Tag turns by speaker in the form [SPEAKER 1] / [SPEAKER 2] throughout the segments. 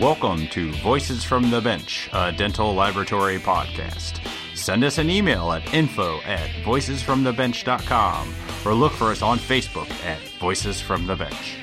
[SPEAKER 1] Welcome to Voices from the Bench, a dental laboratory podcast. Send us an email at info at voicesfromthebench.com or look for us on Facebook at Voices from the Bench.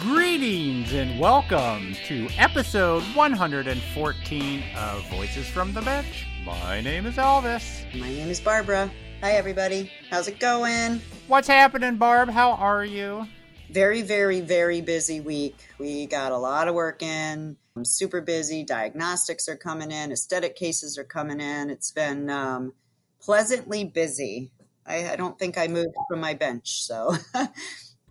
[SPEAKER 1] Greetings and welcome to episode 114 of Voices from the Bench. My name is Elvis.
[SPEAKER 2] My name is Barbara. Hi, everybody. How's it going?
[SPEAKER 1] What's happening, Barb? How are you?
[SPEAKER 2] Very, very, very busy week. We got a lot of work in. I'm super busy. Diagnostics are coming in, aesthetic cases are coming in. It's been um, pleasantly busy. I, I don't think I moved from my bench, so.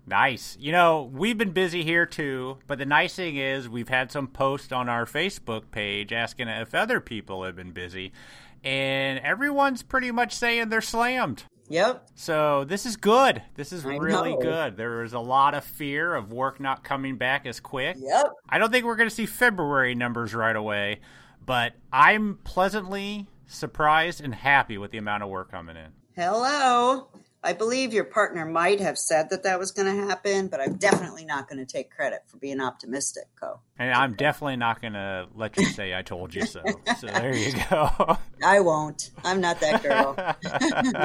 [SPEAKER 1] Nice. You know, we've been busy here too, but the nice thing is we've had some posts on our Facebook page asking if other people have been busy, and everyone's pretty much saying they're slammed.
[SPEAKER 2] yep.
[SPEAKER 1] So this is good. This is
[SPEAKER 2] I
[SPEAKER 1] really
[SPEAKER 2] know.
[SPEAKER 1] good. There was a lot of fear of work not coming back as quick.
[SPEAKER 2] Yep.
[SPEAKER 1] I don't think we're going to see February numbers right away, but I'm pleasantly surprised and happy with the amount of work coming in.
[SPEAKER 2] Hello. I believe your partner might have said that that was going to happen, but I'm definitely not going to take credit for being optimistic, Co.
[SPEAKER 1] And I'm definitely not going to let you say I told you so. So there you go.
[SPEAKER 2] I won't. I'm not that girl.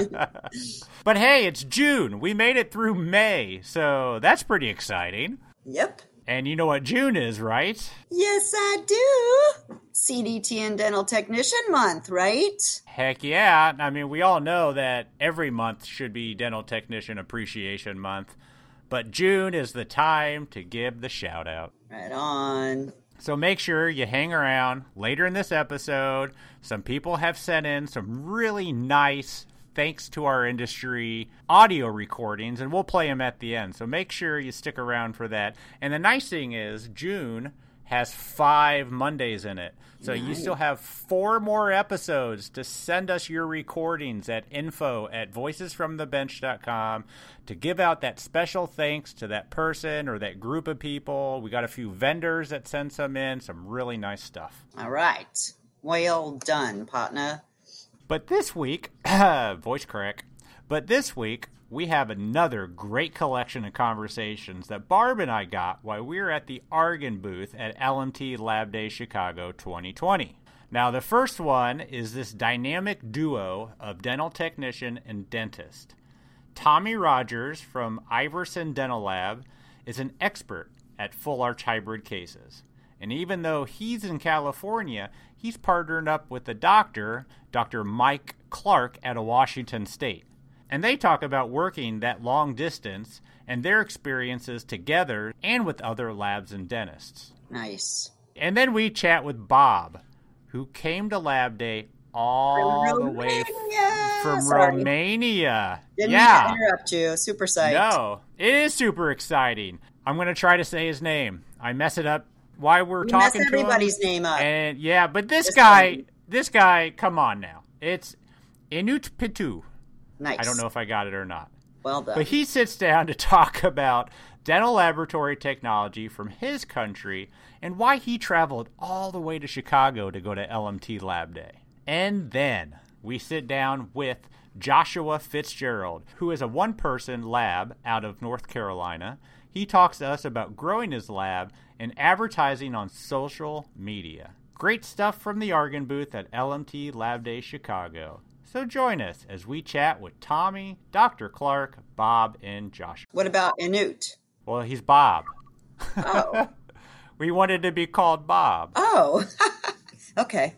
[SPEAKER 1] but hey, it's June. We made it through May. So that's pretty exciting.
[SPEAKER 2] yep.
[SPEAKER 1] And you know what June is, right?
[SPEAKER 2] Yes, I do. CDT and Dental Technician Month, right?
[SPEAKER 1] Heck yeah. I mean, we all know that every month should be Dental Technician Appreciation Month. But June is the time to give the shout out.
[SPEAKER 2] Right on.
[SPEAKER 1] So make sure you hang around later in this episode. Some people have sent in some really nice thanks to our industry audio recordings and we'll play them at the end. So make sure you stick around for that. And the nice thing is June has 5 Mondays in it. So you still have four more episodes to send us your recordings at info at voicesfromthebench.com to give out that special thanks to that person or that group of people. We got a few vendors that sent some in, some really nice stuff.
[SPEAKER 2] All right. Well done, partner.
[SPEAKER 1] But this week, voice crack, but this week, we have another great collection of conversations that Barb and I got while we were at the Argon booth at LMT Lab Day Chicago 2020. Now, the first one is this dynamic duo of dental technician and dentist. Tommy Rogers from Iverson Dental Lab is an expert at full arch hybrid cases. And even though he's in California, he's partnered up with a doctor, Dr. Mike Clark, out of Washington State. And they talk about working that long distance and their experiences together and with other labs and dentists.
[SPEAKER 2] Nice.
[SPEAKER 1] And then we chat with Bob, who came to Lab Day all the way
[SPEAKER 2] Romania!
[SPEAKER 1] from
[SPEAKER 2] Sorry.
[SPEAKER 1] Romania.
[SPEAKER 2] Didn't
[SPEAKER 1] yeah.
[SPEAKER 2] mean to interrupt you. Super psyched.
[SPEAKER 1] No, it is super exciting. I'm gonna try to say his name. I mess it up. Why we're
[SPEAKER 2] You mess
[SPEAKER 1] talking
[SPEAKER 2] everybody's
[SPEAKER 1] to him?
[SPEAKER 2] name up.
[SPEAKER 1] And yeah, but this
[SPEAKER 2] This
[SPEAKER 1] guy,
[SPEAKER 2] one.
[SPEAKER 1] this guy, come on now. It's Inut Pitu.
[SPEAKER 2] nice.
[SPEAKER 1] I don't know if I got it or not.
[SPEAKER 2] Well done.
[SPEAKER 1] But he sits down to talk about dental laboratory technology from his country and why he traveled all the way to Chicago to go to LMT Lab Day. And then we sit down with Joshua Fitzgerald, who is a one person lab out of North Carolina. He talks to us about growing his lab and advertising on social media. Great stuff from the Argon booth at LMT Lab Day Chicago. So join us as we chat with Tommy, Dr. Clark, Bob, and Joshua.
[SPEAKER 2] what about Inut?
[SPEAKER 1] Well, he's Bob.
[SPEAKER 2] Oh.
[SPEAKER 1] We wanted to be called Bob.
[SPEAKER 2] oh. okay.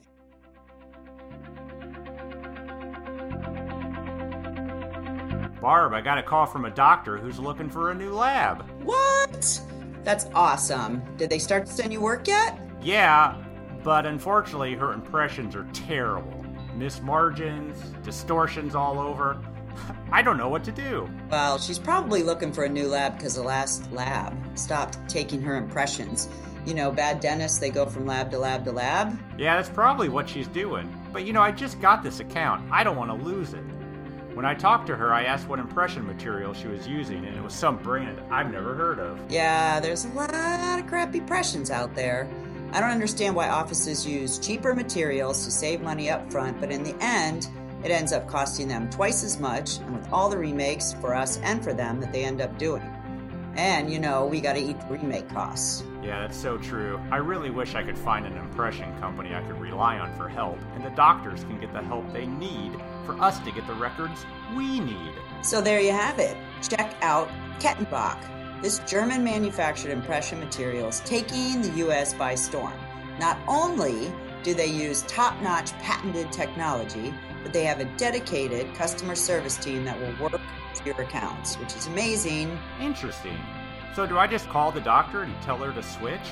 [SPEAKER 1] Barb, I got a call from a doctor who's looking for a new lab.
[SPEAKER 2] What? That's awesome. Did they start to send you work yet?
[SPEAKER 1] Yeah, but unfortunately, her impressions are terrible. Miss margins, distortions all over. I don't know what to do.
[SPEAKER 2] Well, she's probably looking for a new lab because the last lab stopped taking her impressions. You know, bad dentists, they go from lab to lab to lab.
[SPEAKER 1] Yeah, that's probably what she's doing. But you know, I just got this account. I don't want to lose it. When I talked to her, I asked what impression material she was using, and it was some brand I've never heard of.
[SPEAKER 2] Yeah, there's a lot of crappy impressions out there. I don't understand why offices use cheaper materials to save money up front, but in the end, it ends up costing them twice as much, and with all the remakes for us and for them that they end up doing. And, you know, we got to eat the remake costs.
[SPEAKER 1] Yeah, that's so true. I really wish I could find an impression company I could rely on for help, and the doctors can get the help they need for us to get the records we need.
[SPEAKER 2] So there you have it. Check out Kettenbach. This German manufactured impression material is taking the US by storm. Not only do they use top notch patented technology, but they have a dedicated customer service team that will work your accounts, which is amazing.
[SPEAKER 1] Interesting. So, do I just call the doctor and tell her to switch?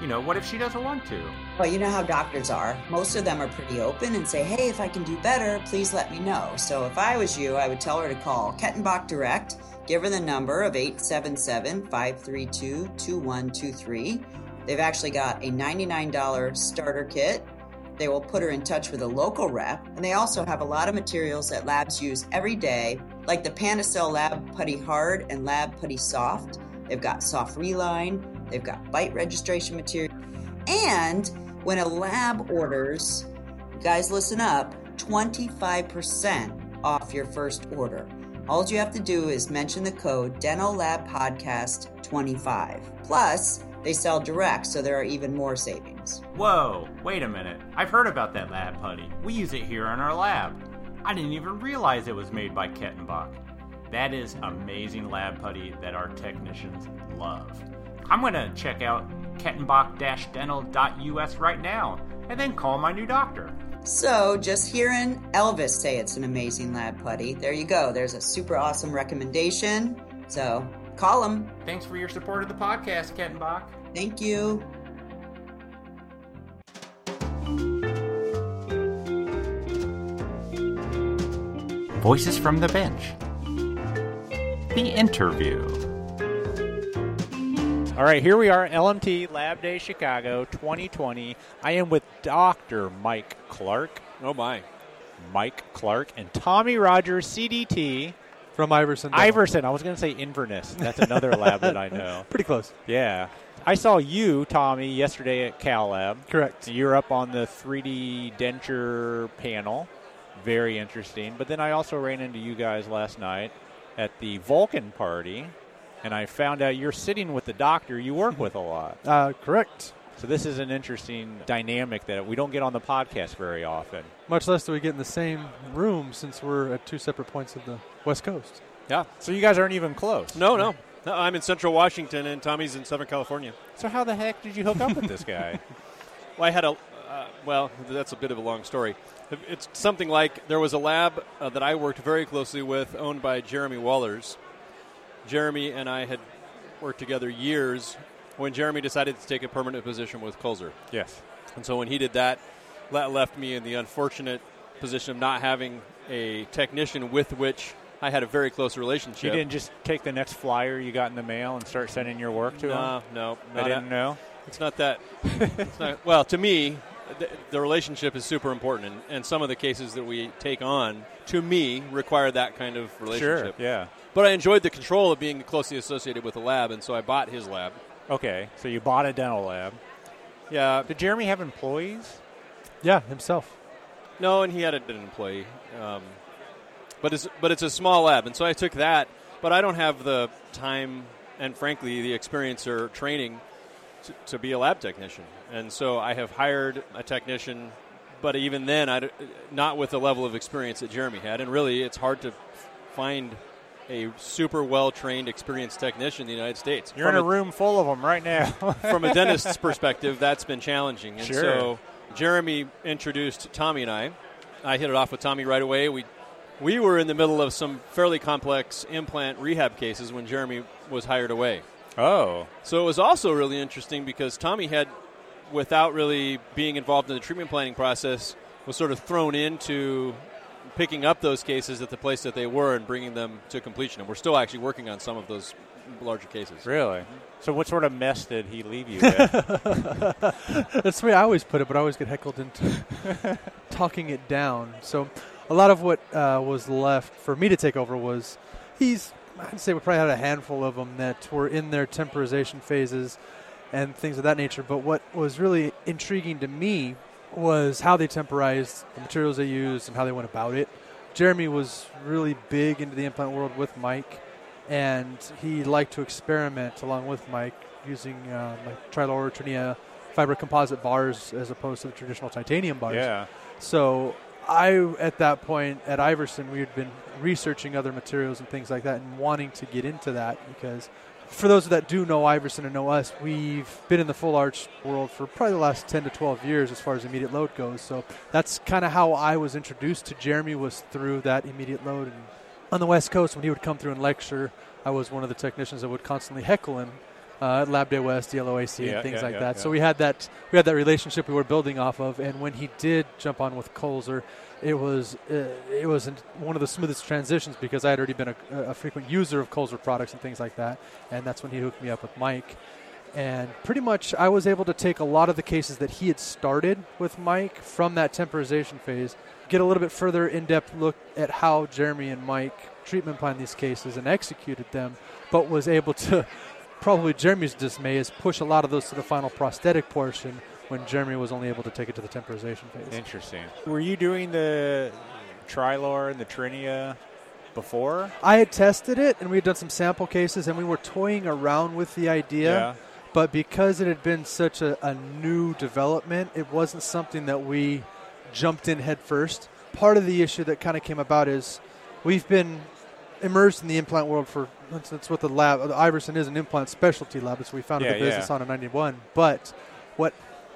[SPEAKER 1] You know, what if she doesn't want to?
[SPEAKER 2] Well, you know how doctors are. Most of them are pretty open and say, hey, if I can do better, please let me know. So, if I was you, I would tell her to call Kettenbach Direct, give her the number of 877 532 2123. They've actually got a $99 starter kit they will put her in touch with a local rep, and they also have a lot of materials that labs use every day, like the Panacel Lab Putty Hard and Lab Putty Soft. They've got soft reline, they've got bite registration material. And when a lab orders, guys, listen up 25% off your first order. All you have to do is mention the code Dental Lab Podcast 25. Plus, they sell direct, so there are even more savings.
[SPEAKER 1] Whoa, wait a minute. I've heard about that lab putty. We use it here in our lab. I didn't even realize it was made by Kettenbach. That is amazing lab putty that our technicians love. I'm going to check out kettenbach dental.us right now and then call my new doctor.
[SPEAKER 2] So, just hearing Elvis say it's an amazing lab putty, there you go. There's a super awesome recommendation. So, call him.
[SPEAKER 1] Thanks for your support of the podcast, Kettenbach.
[SPEAKER 2] Thank you.
[SPEAKER 1] Voices from the Bench. The interview. All right, here we are, LMT Lab Day Chicago 2020. I am with Dr. Mike Clark.
[SPEAKER 3] Oh, my.
[SPEAKER 1] Mike Clark and Tommy Rogers, CDT.
[SPEAKER 3] From Iverson. Dental.
[SPEAKER 1] Iverson. I was going to say Inverness. That's another lab that I know.
[SPEAKER 3] Pretty close.
[SPEAKER 1] Yeah. I saw you, Tommy, yesterday at Cal Lab.
[SPEAKER 3] Correct.
[SPEAKER 1] You're up on the 3D denture panel. Very interesting. But then I also ran into you guys last night at the Vulcan party, and I found out you're sitting with the doctor you work with a lot.
[SPEAKER 3] Uh, correct.
[SPEAKER 1] So this is an interesting dynamic that we don't get on the podcast very often.
[SPEAKER 3] Much less do we get in the same room since we're at two separate points of the West Coast.
[SPEAKER 4] Yeah.
[SPEAKER 1] So you guys aren't even close.
[SPEAKER 4] No, no. no I'm in Central Washington, and Tommy's in Southern California.
[SPEAKER 1] So how the heck did you hook up with this guy?
[SPEAKER 4] Well, I had a. Uh, well, that's a bit of a long story. It's something like there was a lab uh, that I worked very closely with, owned by Jeremy Wallers. Jeremy and I had worked together years when Jeremy decided to take a permanent position with Colzer.
[SPEAKER 1] Yes.
[SPEAKER 4] And so when he did that, that left me in the unfortunate position of not having a technician with which I had a very close relationship.
[SPEAKER 1] You didn't just take the next flyer you got in the mail and start sending your work to
[SPEAKER 4] no,
[SPEAKER 1] him?
[SPEAKER 4] No,
[SPEAKER 1] I
[SPEAKER 4] not
[SPEAKER 1] didn't
[SPEAKER 4] a-
[SPEAKER 1] know.
[SPEAKER 4] It's not that. it's not, well, to me, the, the relationship is super important, and, and some of the cases that we take on, to me, require that kind of
[SPEAKER 1] Sure.
[SPEAKER 4] relationship.
[SPEAKER 1] Yeah.
[SPEAKER 4] But I enjoyed the control of being closely associated with the lab, and so I bought his lab.
[SPEAKER 1] Okay. So you bought a dental lab.
[SPEAKER 4] Yeah,
[SPEAKER 1] Did Jeremy have employees?
[SPEAKER 3] Yeah, himself.
[SPEAKER 4] No, and he had an employee. Um, but it's but it's a small lab, and so I took that. But I don't have the time and frankly the experience or training to, to be a lab technician, and so I have hired a technician. But even then, I d- not with the level of experience that Jeremy had, and really, it's hard to find a super well trained, experienced technician in the United States.
[SPEAKER 1] You're in
[SPEAKER 4] From
[SPEAKER 1] a room full of them right now.
[SPEAKER 4] from a dentist's perspective, that's been challenging. And
[SPEAKER 1] Sure.
[SPEAKER 4] so Jeremy introduced Tommy and I. I hit it off with Tommy right away. We we were in the middle of some fairly complex implant rehab cases when Jeremy was hired away.
[SPEAKER 1] oh.
[SPEAKER 4] So it was also really interesting because Tommy had, without really being involved in the treatment planning process, was sort of thrown into picking up those cases at the place that they were and bringing them to completion. And we're still actually working on some of those larger cases.
[SPEAKER 1] Really? So what sort of mess did he leave you with?
[SPEAKER 3] That's the way I always put it, but I always get heckled into talking it down. So a lot of what uh, was left for me to take over was he's, I'd say we probably had a handful of them that were in their temporization phases and things of that nature. But what was really intriguing to me was how they temporized, the materials they used, and how they went about it. Jeremy was really big into the implant world with Mike. and he liked to experiment along with Mike using um, like Trilaurotrinia fiber composite bars as opposed to the traditional titanium bars.
[SPEAKER 5] Yeah.
[SPEAKER 3] So I, at that point at Iverson, we had been researching other materials and things like that and wanting to get into that because for those that do know Iverson and know us, we've been in the full arch world for probably the last 10 to 12 years as far as immediate load goes. So that's kind of how I was introduced to Jeremy was through that immediate load. And on the West Coast, when he would come through and lecture, I was one of the technicians that would constantly heckle him uh, at Lab Day West, DLOAC,
[SPEAKER 5] Yeah,
[SPEAKER 3] and things
[SPEAKER 5] yeah,
[SPEAKER 3] like
[SPEAKER 5] yeah,
[SPEAKER 3] that. So
[SPEAKER 5] yeah.
[SPEAKER 3] we had that we had that relationship we were building off of. And when he did jump on with Colzer, it was uh, it was in- one of the smoothest transitions because I had already been a, a frequent user of Colzer products and things like that. And that's when he hooked me up with Mike. And pretty much, I was able to take a lot of the cases that he had started with Mike from that temporization phase, get a little bit further in depth look at how Jeremy and Mike treatment planned these cases and executed them, but was able to, probably Jeremy's dismay, is push a lot of those to the final prosthetic portion when Jeremy was only able to take it to the temporization phase.
[SPEAKER 5] Interesting. Were you doing the Trilor and the Trinia before?
[SPEAKER 3] I had tested it and we had done some sample cases and we were toying around with the idea. But because it had been such a, a new development, it wasn't something that we jumped in head first. Part of the issue that kind of came about is we've been immersed in the implant world for that's, that's what the lab the Iverson is an implant specialty lab. That's what we founded
[SPEAKER 5] Yeah,
[SPEAKER 3] the business
[SPEAKER 5] yeah.
[SPEAKER 3] on in '91. But what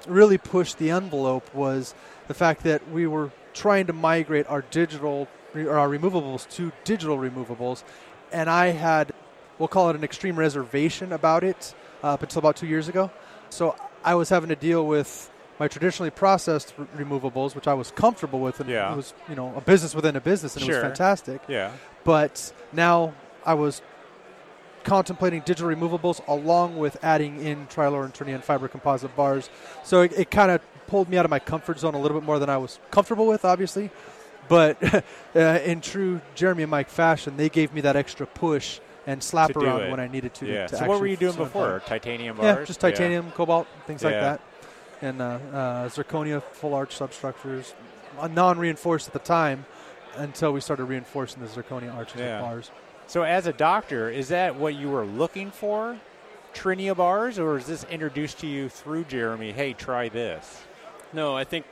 [SPEAKER 3] really pushed the envelope was the fact that we were trying to migrate our digital or our removables to digital removables, and I had we'll call it an extreme reservation about it uh, up until about two years ago. So I was having to deal with my traditionally processed re- removables, which I was comfortable with, and
[SPEAKER 5] Yeah.
[SPEAKER 3] it was you know a business within a business, and it
[SPEAKER 5] Sure.
[SPEAKER 3] was fantastic.
[SPEAKER 5] Yeah.
[SPEAKER 3] But now I was contemplating digital removables along with adding in Trilor and Trinia and fiber composite bars. So it, it kind of pulled me out of my comfort zone a little bit more than I was comfortable with, obviously. But uh, in true Jeremy and Mike fashion, they gave me that extra push and slap
[SPEAKER 5] To do
[SPEAKER 3] around
[SPEAKER 5] it.
[SPEAKER 3] when I needed to.
[SPEAKER 5] Yeah.
[SPEAKER 3] to
[SPEAKER 5] So what were
[SPEAKER 3] actually
[SPEAKER 5] you doing
[SPEAKER 3] solidify.
[SPEAKER 5] before? Titanium bars?
[SPEAKER 3] Yeah, just titanium, cobalt, things like
[SPEAKER 5] Yeah.
[SPEAKER 3] that, and uh, uh, zirconia full arch substructures, uh, non-reinforced at the time, until we started reinforcing the zirconia arches
[SPEAKER 5] Yeah.
[SPEAKER 3] with bars.
[SPEAKER 5] So as a doctor, is that what you were looking for? Trinia bars, or is this introduced to you through Jeremy? Hey, try this.
[SPEAKER 4] No, I think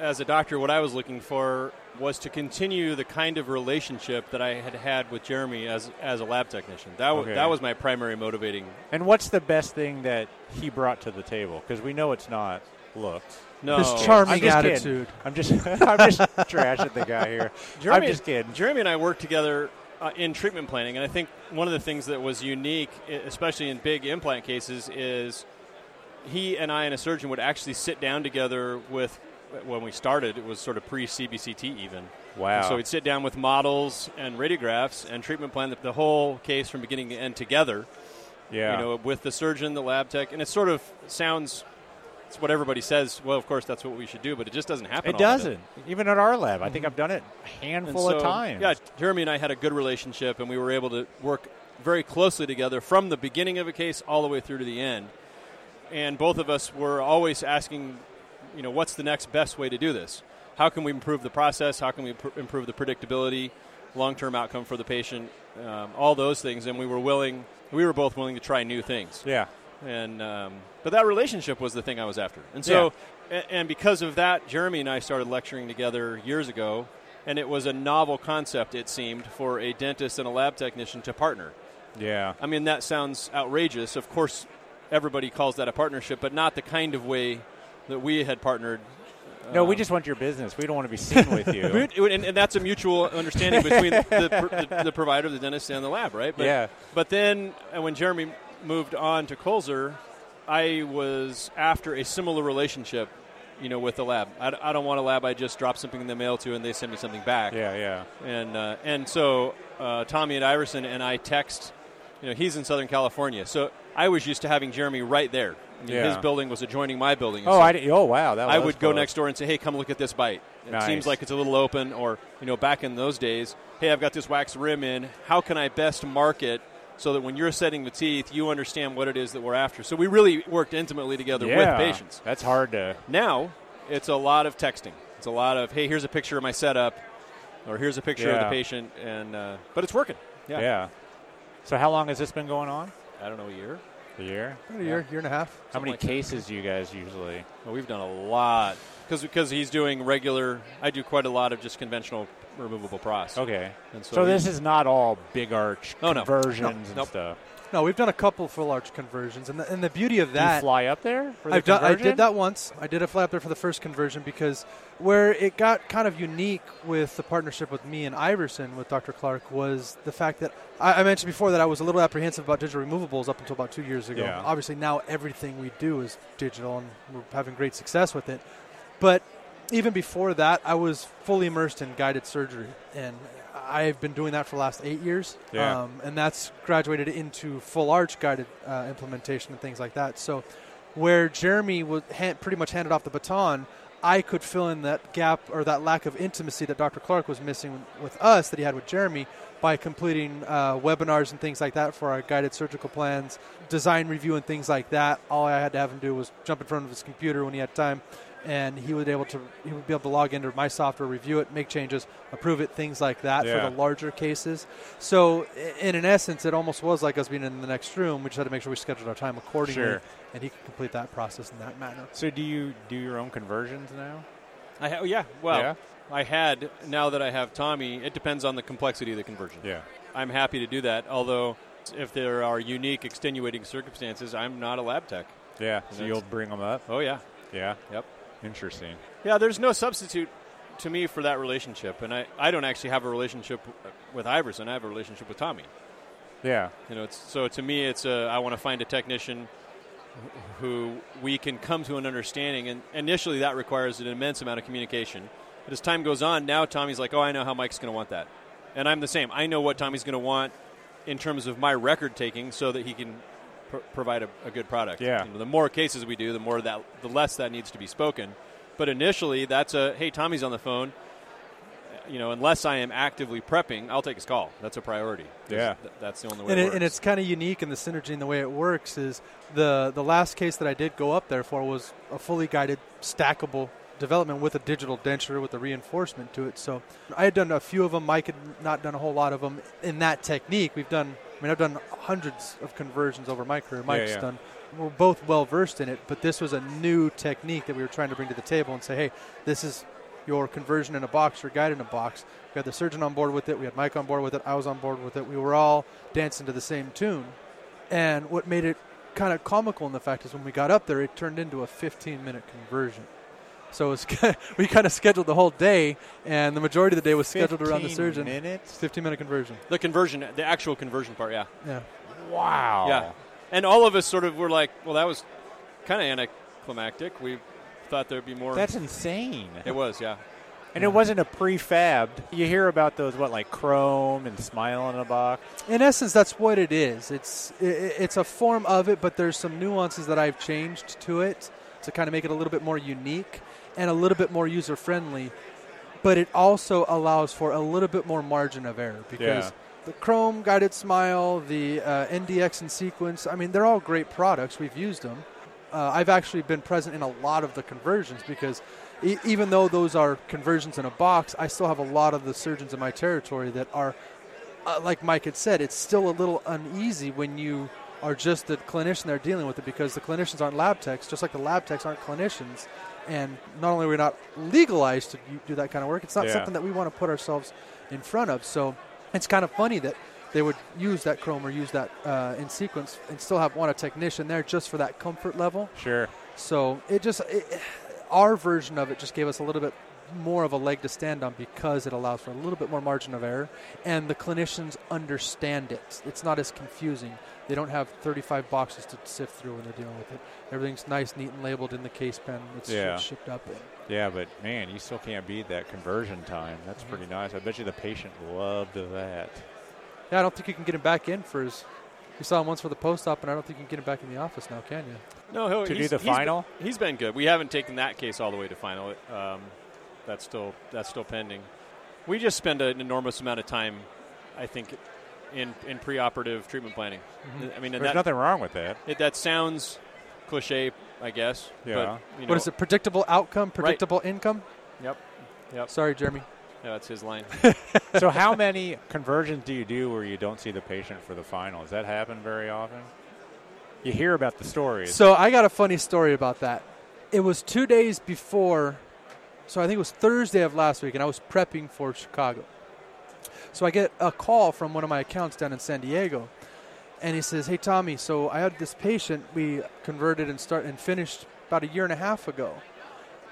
[SPEAKER 4] as a doctor, what I was looking for was to continue the kind of relationship that I had had with Jeremy as as a lab technician. That was
[SPEAKER 5] Okay.
[SPEAKER 4] that was my primary motivating.
[SPEAKER 5] And what's the best thing that he brought to the table? Because we know it's not looks.
[SPEAKER 4] No,
[SPEAKER 3] His charming
[SPEAKER 5] I'm just kidding.
[SPEAKER 3] attitude.
[SPEAKER 5] I'm just, I'm just trashing the guy here.
[SPEAKER 4] Jeremy,
[SPEAKER 5] I'm just kidding.
[SPEAKER 4] Jeremy and I worked together uh, in treatment planning, and I think one of the things that was unique, e- especially in big implant cases, is he and I and a surgeon would actually sit down together with. When we started, it was sort of pre CBCT even.
[SPEAKER 5] Wow.
[SPEAKER 4] And so we'd sit down with models and radiographs and treatment plan the, the whole case from beginning to end together.
[SPEAKER 5] yeah.
[SPEAKER 4] You know, with the surgeon, the lab tech, and it sort of sounds. It's what everybody says. Well, of course, that's what we should do, but it just doesn't happen.
[SPEAKER 5] it
[SPEAKER 4] all the
[SPEAKER 5] doesn't. Even at our lab, I think I've done it a
[SPEAKER 4] and
[SPEAKER 5] handful of
[SPEAKER 4] so,
[SPEAKER 5] times.
[SPEAKER 4] Yeah, Jeremy and I had a good relationship, and we were able to work very closely together from the beginning of a case all the way through to the end. And both of us were always asking, you know, what's the next best way to do this? How can we improve the process? How can we pr- improve the predictability, long-term outcome for the patient? Um, all those things, and we were willing. We were both willing to try new things
[SPEAKER 5] Yeah.
[SPEAKER 4] and um, but that relationship was the thing I was after, and so a- and because of that, Jeremy and I started lecturing together years ago, and it was a novel concept it seemed for a dentist and a lab technician to partner.
[SPEAKER 5] Yeah.
[SPEAKER 4] I mean, that sounds outrageous. Of course, everybody calls that a partnership, but not the kind of way that we had partnered. Uh,
[SPEAKER 5] No, we just want your business. We don't want to be seen with you.
[SPEAKER 4] It would- And, and that's a mutual understanding between the, pr- the, the provider, the dentist, and the lab, right? But,
[SPEAKER 5] Yeah.
[SPEAKER 4] But then uh, when Jeremy moved on to Colzer, I was after a similar relationship, you know, with the lab. I, d- I don't want a lab I just drop something in the mail to and they send me something back.
[SPEAKER 5] yeah, yeah.
[SPEAKER 4] And uh, and so uh, Tommy and Iverson and I text. You know, he's in Southern California, so I was used to having Jeremy right there. I mean,
[SPEAKER 5] Yeah.
[SPEAKER 4] His building was adjoining my building. and
[SPEAKER 5] Oh,
[SPEAKER 4] so
[SPEAKER 5] I, di- oh wow. That
[SPEAKER 4] I
[SPEAKER 5] was
[SPEAKER 4] would go
[SPEAKER 5] close.
[SPEAKER 4] next door and say, "Hey, come look at this bite. It
[SPEAKER 5] Nice.
[SPEAKER 4] seems like it's a little open." Or you know, back in those days, "Hey, I've got this wax rim in. How can I best mark it so that when you're setting the teeth, you understand what it is that we're after?" So we really worked intimately together
[SPEAKER 5] Yeah.
[SPEAKER 4] with patients.
[SPEAKER 5] That's hard to.
[SPEAKER 4] Now it's a lot of texting. It's a lot of, "Hey, here's a picture of my setup," or "Here's a picture of
[SPEAKER 5] Yeah.
[SPEAKER 4] the patient," and uh, but it's working.
[SPEAKER 5] Yeah. So how long has this been going on?
[SPEAKER 4] I don't know, a year?
[SPEAKER 5] A year.
[SPEAKER 3] About a year, year and a half.
[SPEAKER 5] How many
[SPEAKER 4] like that.
[SPEAKER 5] cases do you guys usually?
[SPEAKER 4] Well, we've done a lot because he's doing regular. I do quite a lot of just conventional removable pros.
[SPEAKER 5] Okay.
[SPEAKER 4] And so
[SPEAKER 5] So
[SPEAKER 4] we-
[SPEAKER 5] this is not all big arch
[SPEAKER 4] No, no.
[SPEAKER 5] conversions
[SPEAKER 4] No,
[SPEAKER 5] and
[SPEAKER 4] nope.
[SPEAKER 5] stuff.
[SPEAKER 3] No, we've done a couple full arch conversions, and the, and the beauty of
[SPEAKER 5] Do you
[SPEAKER 3] that.
[SPEAKER 5] fly up there for the
[SPEAKER 3] I've done, I
[SPEAKER 5] conversion?
[SPEAKER 3] did that once. I did a fly up there for the first conversion because where it got kind of unique with the partnership with me and Iverson with Dr. Clark was the fact that I, I mentioned before that I was a little apprehensive about digital removables up until about two years ago.
[SPEAKER 5] Yeah.
[SPEAKER 3] Obviously, now everything we do is digital and we're having great success with it. But even before that, I was fully immersed in guided surgery, and I've been doing that for the last eight years.
[SPEAKER 5] Yeah.
[SPEAKER 3] Um, and that's graduated into full arch guided uh, implementation and things like that. So, where Jeremy was ha- pretty much handed off the baton, I could fill in that gap or that lack of intimacy that Dr. Clark was missing with us that he had with Jeremy by completing uh, webinars and things like that for our guided surgical plans, design review, and things like that. All I had to have him do was jump in front of his computer when he had time and he would able to he would be able to log into my software, review it, make changes, approve it, things like that
[SPEAKER 5] Yeah.
[SPEAKER 3] for the larger cases. So, i- in an essence, it almost was like us being in the next room. We just had to make sure we scheduled our time accordingly,
[SPEAKER 5] Sure.
[SPEAKER 3] and he could complete that process in that manner.
[SPEAKER 5] So do you do your own conversions now?
[SPEAKER 4] I ha- yeah. Well,
[SPEAKER 5] Yeah?
[SPEAKER 4] I had now that I have Tommy. It depends on the complexity of the conversion.
[SPEAKER 5] Yeah.
[SPEAKER 4] I'm happy to do that. Although, if there are unique extenuating circumstances, I'm not a lab tech.
[SPEAKER 5] Yeah.
[SPEAKER 4] And
[SPEAKER 5] So
[SPEAKER 4] that's-
[SPEAKER 5] you'll bring them up.
[SPEAKER 4] Oh yeah.
[SPEAKER 5] Yeah.
[SPEAKER 4] Yep.
[SPEAKER 5] Interesting.
[SPEAKER 4] Yeah, there's no substitute to me for that relationship, and I, I don't actually have a relationship with Iverson. I have a relationship with Tommy.
[SPEAKER 5] Yeah.
[SPEAKER 4] You know, it's, so to me, it's a, I want to find a technician who we can come to an understanding, and initially that requires an immense amount of communication. But as time goes on, now Tommy's like, oh, I know how Mike's going to want that, and I'm the same. I know what Tommy's going to want in terms of my record taking, so that he can pr- provide a, a good product.
[SPEAKER 5] Yeah.
[SPEAKER 4] You know, the more cases we do, the more that, the less that needs to be spoken. But initially, that's a, hey, Tommy's on the phone you know, unless I am actively prepping, I'll take his call. That's a priority.
[SPEAKER 5] Yeah.
[SPEAKER 4] Th- that's the only way.
[SPEAKER 3] and,
[SPEAKER 4] it
[SPEAKER 3] it, and
[SPEAKER 4] works.
[SPEAKER 3] it's kind of unique in the synergy and the way it works is the the last case that I did go up there for was a fully guided stackable development with a digital denture with a reinforcement to it. So I had done a few of them. Mike had not done a whole lot of them in that technique. We've done. I mean, I've done hundreds of conversions over my career. Mike's
[SPEAKER 5] yeah.
[SPEAKER 3] done. We're both well versed in it, but this was a new technique that we were trying to bring to the table and say, hey, this is your conversion in a box, your guide in a box. We had the surgeon on board with it. We had Mike on board with it. I was on board with it. We were all dancing to the same tune. And what made it kind of comical in the fact is when we got up there, it turned into a 15 minute conversion. So it was, ki- we kind of scheduled the whole day, and the majority of the day was scheduled around the
[SPEAKER 5] 15
[SPEAKER 3] surgeon.
[SPEAKER 5] Minutes.
[SPEAKER 3] 15 minute conversion.
[SPEAKER 4] the conversion, the actual conversion part. Yeah,
[SPEAKER 3] Yeah.
[SPEAKER 5] Wow.
[SPEAKER 4] yeah. And all of us sort of were like, well, that was kind of anticlimactic. We thought there'd be more.
[SPEAKER 5] That's insane.
[SPEAKER 4] it was, yeah.
[SPEAKER 5] and it wasn't a prefabbed. You hear about those what like Chrome and Smile in a Box.
[SPEAKER 3] in essence, that's what it is. It's i- i it's a form of it, but there's some nuances that I've changed to it to kind of make it a little bit more unique and a little bit more user friendly. But it also allows for a little bit more margin of error because
[SPEAKER 5] Yeah.
[SPEAKER 3] the Chrome guided smile, the uh, NDX and sequence. I mean, they're all great products. We've used them. Uh, I've actually been present in a lot of the conversions because e- even though those are conversions in a box, I still have a lot of the surgeons in my territory that are uh, like Mike had said, it's still a little uneasy when you are just the clinician they're dealing with it because the clinicians aren't lab techs, just like the lab techs aren't clinicians. And not only are we not legalized to u- do that kind of work, it's not
[SPEAKER 5] Yeah.
[SPEAKER 3] something that we want to put ourselves in front of. So it's kind of funny that they would use that chrome or use that uh, in sequence and still have one a technician there just for that comfort level.
[SPEAKER 5] Sure.
[SPEAKER 3] So it just it, our version of it just gave us a little bit more of a leg to stand on because it allows for a little bit more margin of error, and the clinicians understand it. It's not as confusing. They don't have 35 boxes to sift through when they're dealing with it. Everything's nice, neat, and labeled in the case pen. It's
[SPEAKER 5] Yeah.
[SPEAKER 3] shipped up.
[SPEAKER 5] Yeah, but man, you still can't beat that conversion time. That's pretty nice. I bet you the patient loved that.
[SPEAKER 3] Yeah, I don't think you can get him back in for his. We saw him once for the post op, and I don't think you can get him back in the office now, can you?
[SPEAKER 4] No, he'll-
[SPEAKER 5] To do
[SPEAKER 4] he's-
[SPEAKER 5] the
[SPEAKER 4] he's been-
[SPEAKER 5] final?
[SPEAKER 4] he's been good. We haven't taken that case all the way to final. Um, that's still that's still pending. We just spend an enormous amount of time, I think, in in preoperative treatment planning. I mean, and
[SPEAKER 5] Mm-hmm. There's
[SPEAKER 4] that,
[SPEAKER 5] nothing wrong with that.
[SPEAKER 4] It, that sounds cliche, I guess.
[SPEAKER 5] Yeah.
[SPEAKER 4] But, you know,
[SPEAKER 3] What is it? Predictable outcome, predictable income.
[SPEAKER 4] Yep. Yep.
[SPEAKER 3] Sorry, Jeremy.
[SPEAKER 4] Yeah, that's his line.
[SPEAKER 5] so how many conversions do you do where you don't see the patient for the final? Does that happen very often? You hear about the stories.
[SPEAKER 3] So I got a funny story about that. It was two days before, so I think it was Thursday of last week, and I was prepping for Chicago. So I get a call from one of my accounts down in San Diego, and he says, "Hey Tommy, so I had this patient we converted and start and finished about a year and a half ago,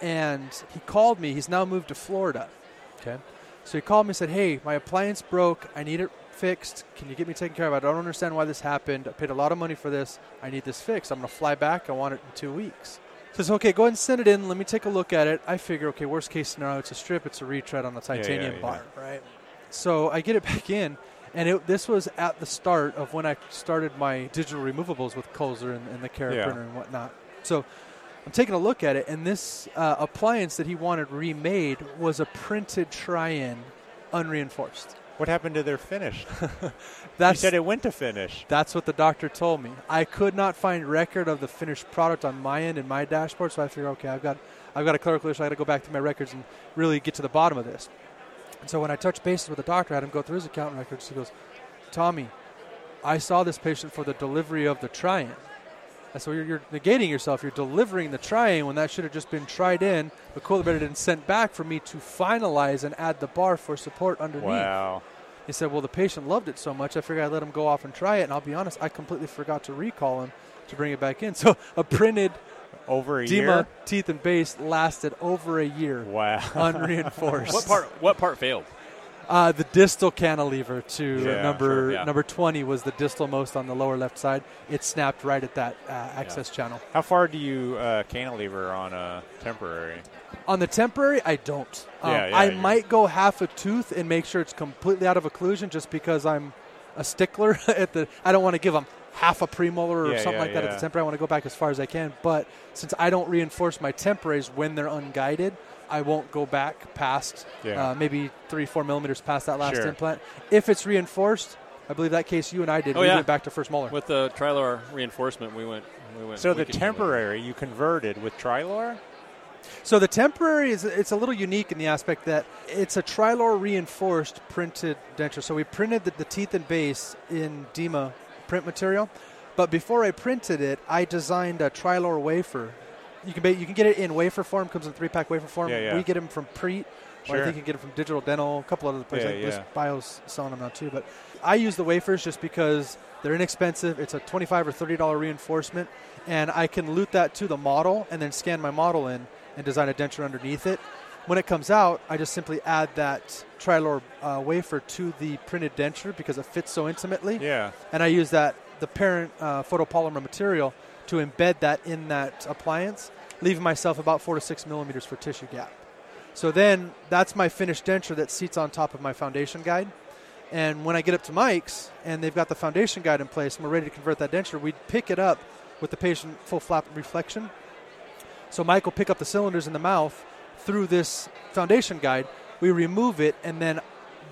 [SPEAKER 3] and he called me. He's now moved to Florida. Okay, so he called me and said, "Hey, my appliance broke. I need it fixed. Can you get me taken care of? I don't understand why this happened. I paid a lot of money for this. I need this fixed. I'm gonna fly back. I want it in two weeks." Says, "Okay, go ahead and send it in. Let me take a look at it. I figure, okay, worst case scenario, it's a strip. It's a retread on a titanium
[SPEAKER 5] yeah.
[SPEAKER 3] bar, right?" So I get it back in, and it, this was at the start of when I started my digital removables with Colzer and, and the Cara
[SPEAKER 5] Yeah.
[SPEAKER 3] printer and whatnot. So I'm taking a look at it, and this uh, appliance that he wanted remade was a printed try-in, unreinforced.
[SPEAKER 5] what happened to their finish? you
[SPEAKER 3] That's
[SPEAKER 5] said it went to finish.
[SPEAKER 3] that's what the doctor told me. I could not find record of the finished product on my end in my dashboard, so I figured, okay, I've got, I've got a clerical issue. I got to go back to my records and really get to the bottom of this. And so when I touched bases with the doctor, I had him go through his account records. He goes, Tommy, I saw this patient for the delivery of the try-in. I said, well, you're, you're negating yourself. You're delivering the try-in when that should have just been tried in, equilibrated, and sent back for me to finalize and add the bar for support underneath.
[SPEAKER 5] Wow.
[SPEAKER 3] He said, "Well, the patient loved it so much, I figured I'd let him go off and try it." And I'll be honest, I completely forgot to recall him to bring it back in. So a printed
[SPEAKER 5] Over a
[SPEAKER 3] Dima teeth and base lasted over a year,
[SPEAKER 5] year. Wow.
[SPEAKER 3] unreinforced.
[SPEAKER 4] what part? What part failed?
[SPEAKER 3] Uh, the distal cantilever to
[SPEAKER 5] Yeah,
[SPEAKER 3] number
[SPEAKER 4] sure, yeah.
[SPEAKER 3] number twenty was the distal most on the lower left side. It snapped right at that uh, access channel.
[SPEAKER 5] How far do you uh, cantilever on a temporary?
[SPEAKER 3] On the temporary, I don't. Um,
[SPEAKER 5] Yeah, yeah,
[SPEAKER 3] I
[SPEAKER 5] you're-
[SPEAKER 3] might go half a tooth and make sure it's completely out of occlusion, just because I'm a stickler. at the, I don't want to give them half a premolar or
[SPEAKER 5] Yeah,
[SPEAKER 3] something
[SPEAKER 5] yeah,
[SPEAKER 3] like that at
[SPEAKER 5] yeah.
[SPEAKER 3] the temporary. I want to go back as far as I can. But since I don't reinforce my temporaries when they're unguided, I won't go back past
[SPEAKER 5] Yeah.
[SPEAKER 3] uh, maybe three, four millimeters past that last
[SPEAKER 5] Sure.
[SPEAKER 3] implant. If it's reinforced, I believe that case you and I did.
[SPEAKER 4] Oh,
[SPEAKER 3] we
[SPEAKER 4] yeah.
[SPEAKER 3] went back to first molar.
[SPEAKER 4] With the trilar reinforcement, we went. We went
[SPEAKER 5] So the
[SPEAKER 4] wicked-
[SPEAKER 5] temporary you converted with Trilor?
[SPEAKER 3] So the temporary is it's a little unique in the aspect that it's a Trilor reinforced printed denture. So we printed the, the teeth and base in Dima print material, but before I printed it, I designed a Trilor wafer. You can ba- you can get it in wafer form. Comes in three pack wafer form.
[SPEAKER 5] Yeah, yeah.
[SPEAKER 3] We get them from Preet. Or
[SPEAKER 5] Sure.
[SPEAKER 3] I think you can get it from Digital Dental, a couple other places.
[SPEAKER 5] Yeah,
[SPEAKER 3] like this
[SPEAKER 5] yeah.
[SPEAKER 3] Bio's selling them now too. But I use the wafers just because they're inexpensive. It's a twenty-five or thirty-dollar reinforcement, and I can loot that to the model and then scan my model in and design a denture underneath it. When it comes out, I just simply add that Trilor uh, wafer to the printed denture because it fits so intimately
[SPEAKER 5] Yeah.
[SPEAKER 3] and I use that the parent uh, photopolymer material to embed that in that appliance, leaving myself about four to six millimeters for tissue gap. So then that's my finished denture that seats on top of my foundation guide. And when I get up to Mike's and they've got the foundation guide in place and we're ready to convert that denture, we pick it up with the patient full flap reflection. So Mike will pick up the cylinders in the mouth through this foundation guide. We remove it, and then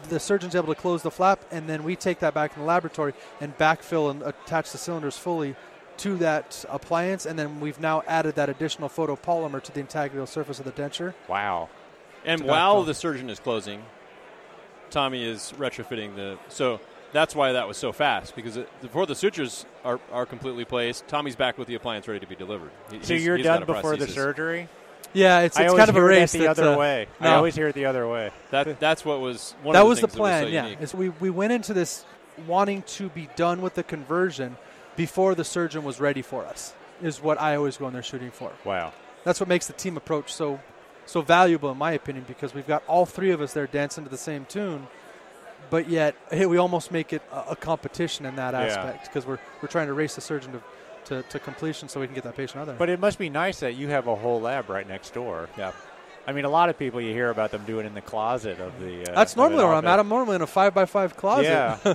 [SPEAKER 3] the surgeon's able to close the flap, and then we take that back in the laboratory and backfill and attach the cylinders fully to that appliance. And then we've now added that additional photopolymer to the integral surface of the denture.
[SPEAKER 5] Wow.
[SPEAKER 4] And
[SPEAKER 3] It's
[SPEAKER 4] while
[SPEAKER 3] about
[SPEAKER 4] the surgeon is closing, Tommy is retrofitting the. So that's why that was so fast because it, before the sutures are, are completely placed, Tommy's back with the appliance ready to be delivered. He-
[SPEAKER 5] So
[SPEAKER 4] he's-
[SPEAKER 5] you're
[SPEAKER 4] he's
[SPEAKER 5] done
[SPEAKER 4] got a
[SPEAKER 5] before the
[SPEAKER 4] prosthesis.
[SPEAKER 5] surgery?
[SPEAKER 3] Yeah, it's,
[SPEAKER 5] I
[SPEAKER 3] it's
[SPEAKER 5] always
[SPEAKER 3] kind of a
[SPEAKER 5] hear that
[SPEAKER 3] race
[SPEAKER 5] the
[SPEAKER 3] that's,
[SPEAKER 5] other
[SPEAKER 3] uh,
[SPEAKER 5] way. I
[SPEAKER 3] no.
[SPEAKER 5] always hear it the other way.
[SPEAKER 4] That that's what was one.
[SPEAKER 3] that
[SPEAKER 4] of the
[SPEAKER 3] was the
[SPEAKER 4] things that was
[SPEAKER 3] plan.
[SPEAKER 4] so
[SPEAKER 3] yeah,
[SPEAKER 4] unique.
[SPEAKER 3] It's- we we went into this wanting to be done with the conversion before the surgeon was ready for us. Is what I always go in there shooting for.
[SPEAKER 5] Wow.
[SPEAKER 3] That's what makes the team approach so so valuable, in my opinion, because we've got all three of us there dancing to the same tune. But yet, hey, we almost make it a, a competition in that
[SPEAKER 5] Yeah.
[SPEAKER 3] aspect because we're we're trying to race the surgeon to, to, to completion so we can get that patient out of there.
[SPEAKER 5] But it must be nice that you have a whole lab right next door.
[SPEAKER 4] Yeah.
[SPEAKER 5] I mean, a lot of people you hear about them doing in the closet of the. Uh,
[SPEAKER 3] that's
[SPEAKER 5] of an
[SPEAKER 3] normally where I'm
[SPEAKER 5] office.
[SPEAKER 3] at. I'm normally in a five by five closet.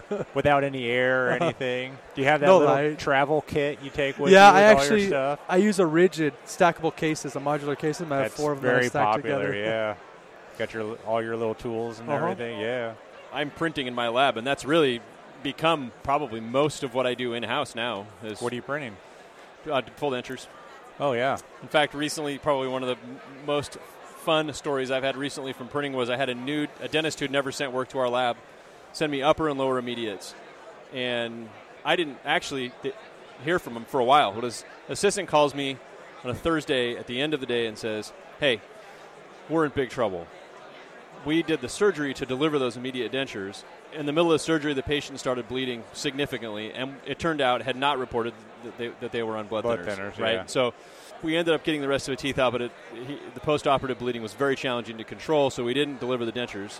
[SPEAKER 5] Yeah, without any air or anything. Do you have that
[SPEAKER 3] No
[SPEAKER 5] little
[SPEAKER 3] light.
[SPEAKER 5] travel kit you take with
[SPEAKER 3] yeah,
[SPEAKER 5] you with
[SPEAKER 3] I
[SPEAKER 5] all
[SPEAKER 3] actually
[SPEAKER 5] your stuff?
[SPEAKER 3] I use a rigid stackable cases, a modular cases. and I have
[SPEAKER 5] That's
[SPEAKER 3] four of them that are
[SPEAKER 5] very
[SPEAKER 3] stacked
[SPEAKER 5] popular.
[SPEAKER 3] together.
[SPEAKER 5] Yeah, got your all your little tools and
[SPEAKER 3] Uh-huh.
[SPEAKER 5] everything. Yeah,
[SPEAKER 4] I'm printing in my lab, and that's really become probably most of what I do in house now. Is
[SPEAKER 5] what are you printing?
[SPEAKER 4] uh, full dentures.
[SPEAKER 5] Oh yeah,
[SPEAKER 4] In fact, recently, probably one of the m- most fun stories I've had recently from printing was I had a new a dentist who'd never sent work to our lab send me upper and lower immediates, and I didn't actually di- hear from him for a while. But his assistant calls me on a Thursday at the end of the day and says, "Hey, we're in big trouble. We did the surgery to deliver those immediate dentures." In the middle of the surgery, the patient started bleeding significantly, and it turned out had not reported that they, that they were on blood,
[SPEAKER 1] Blood thinners,
[SPEAKER 4] right?
[SPEAKER 1] yeah.
[SPEAKER 4] So we ended up getting the rest of the teeth out, but it, he, the post-operative bleeding was very challenging to control, so we didn't deliver the dentures.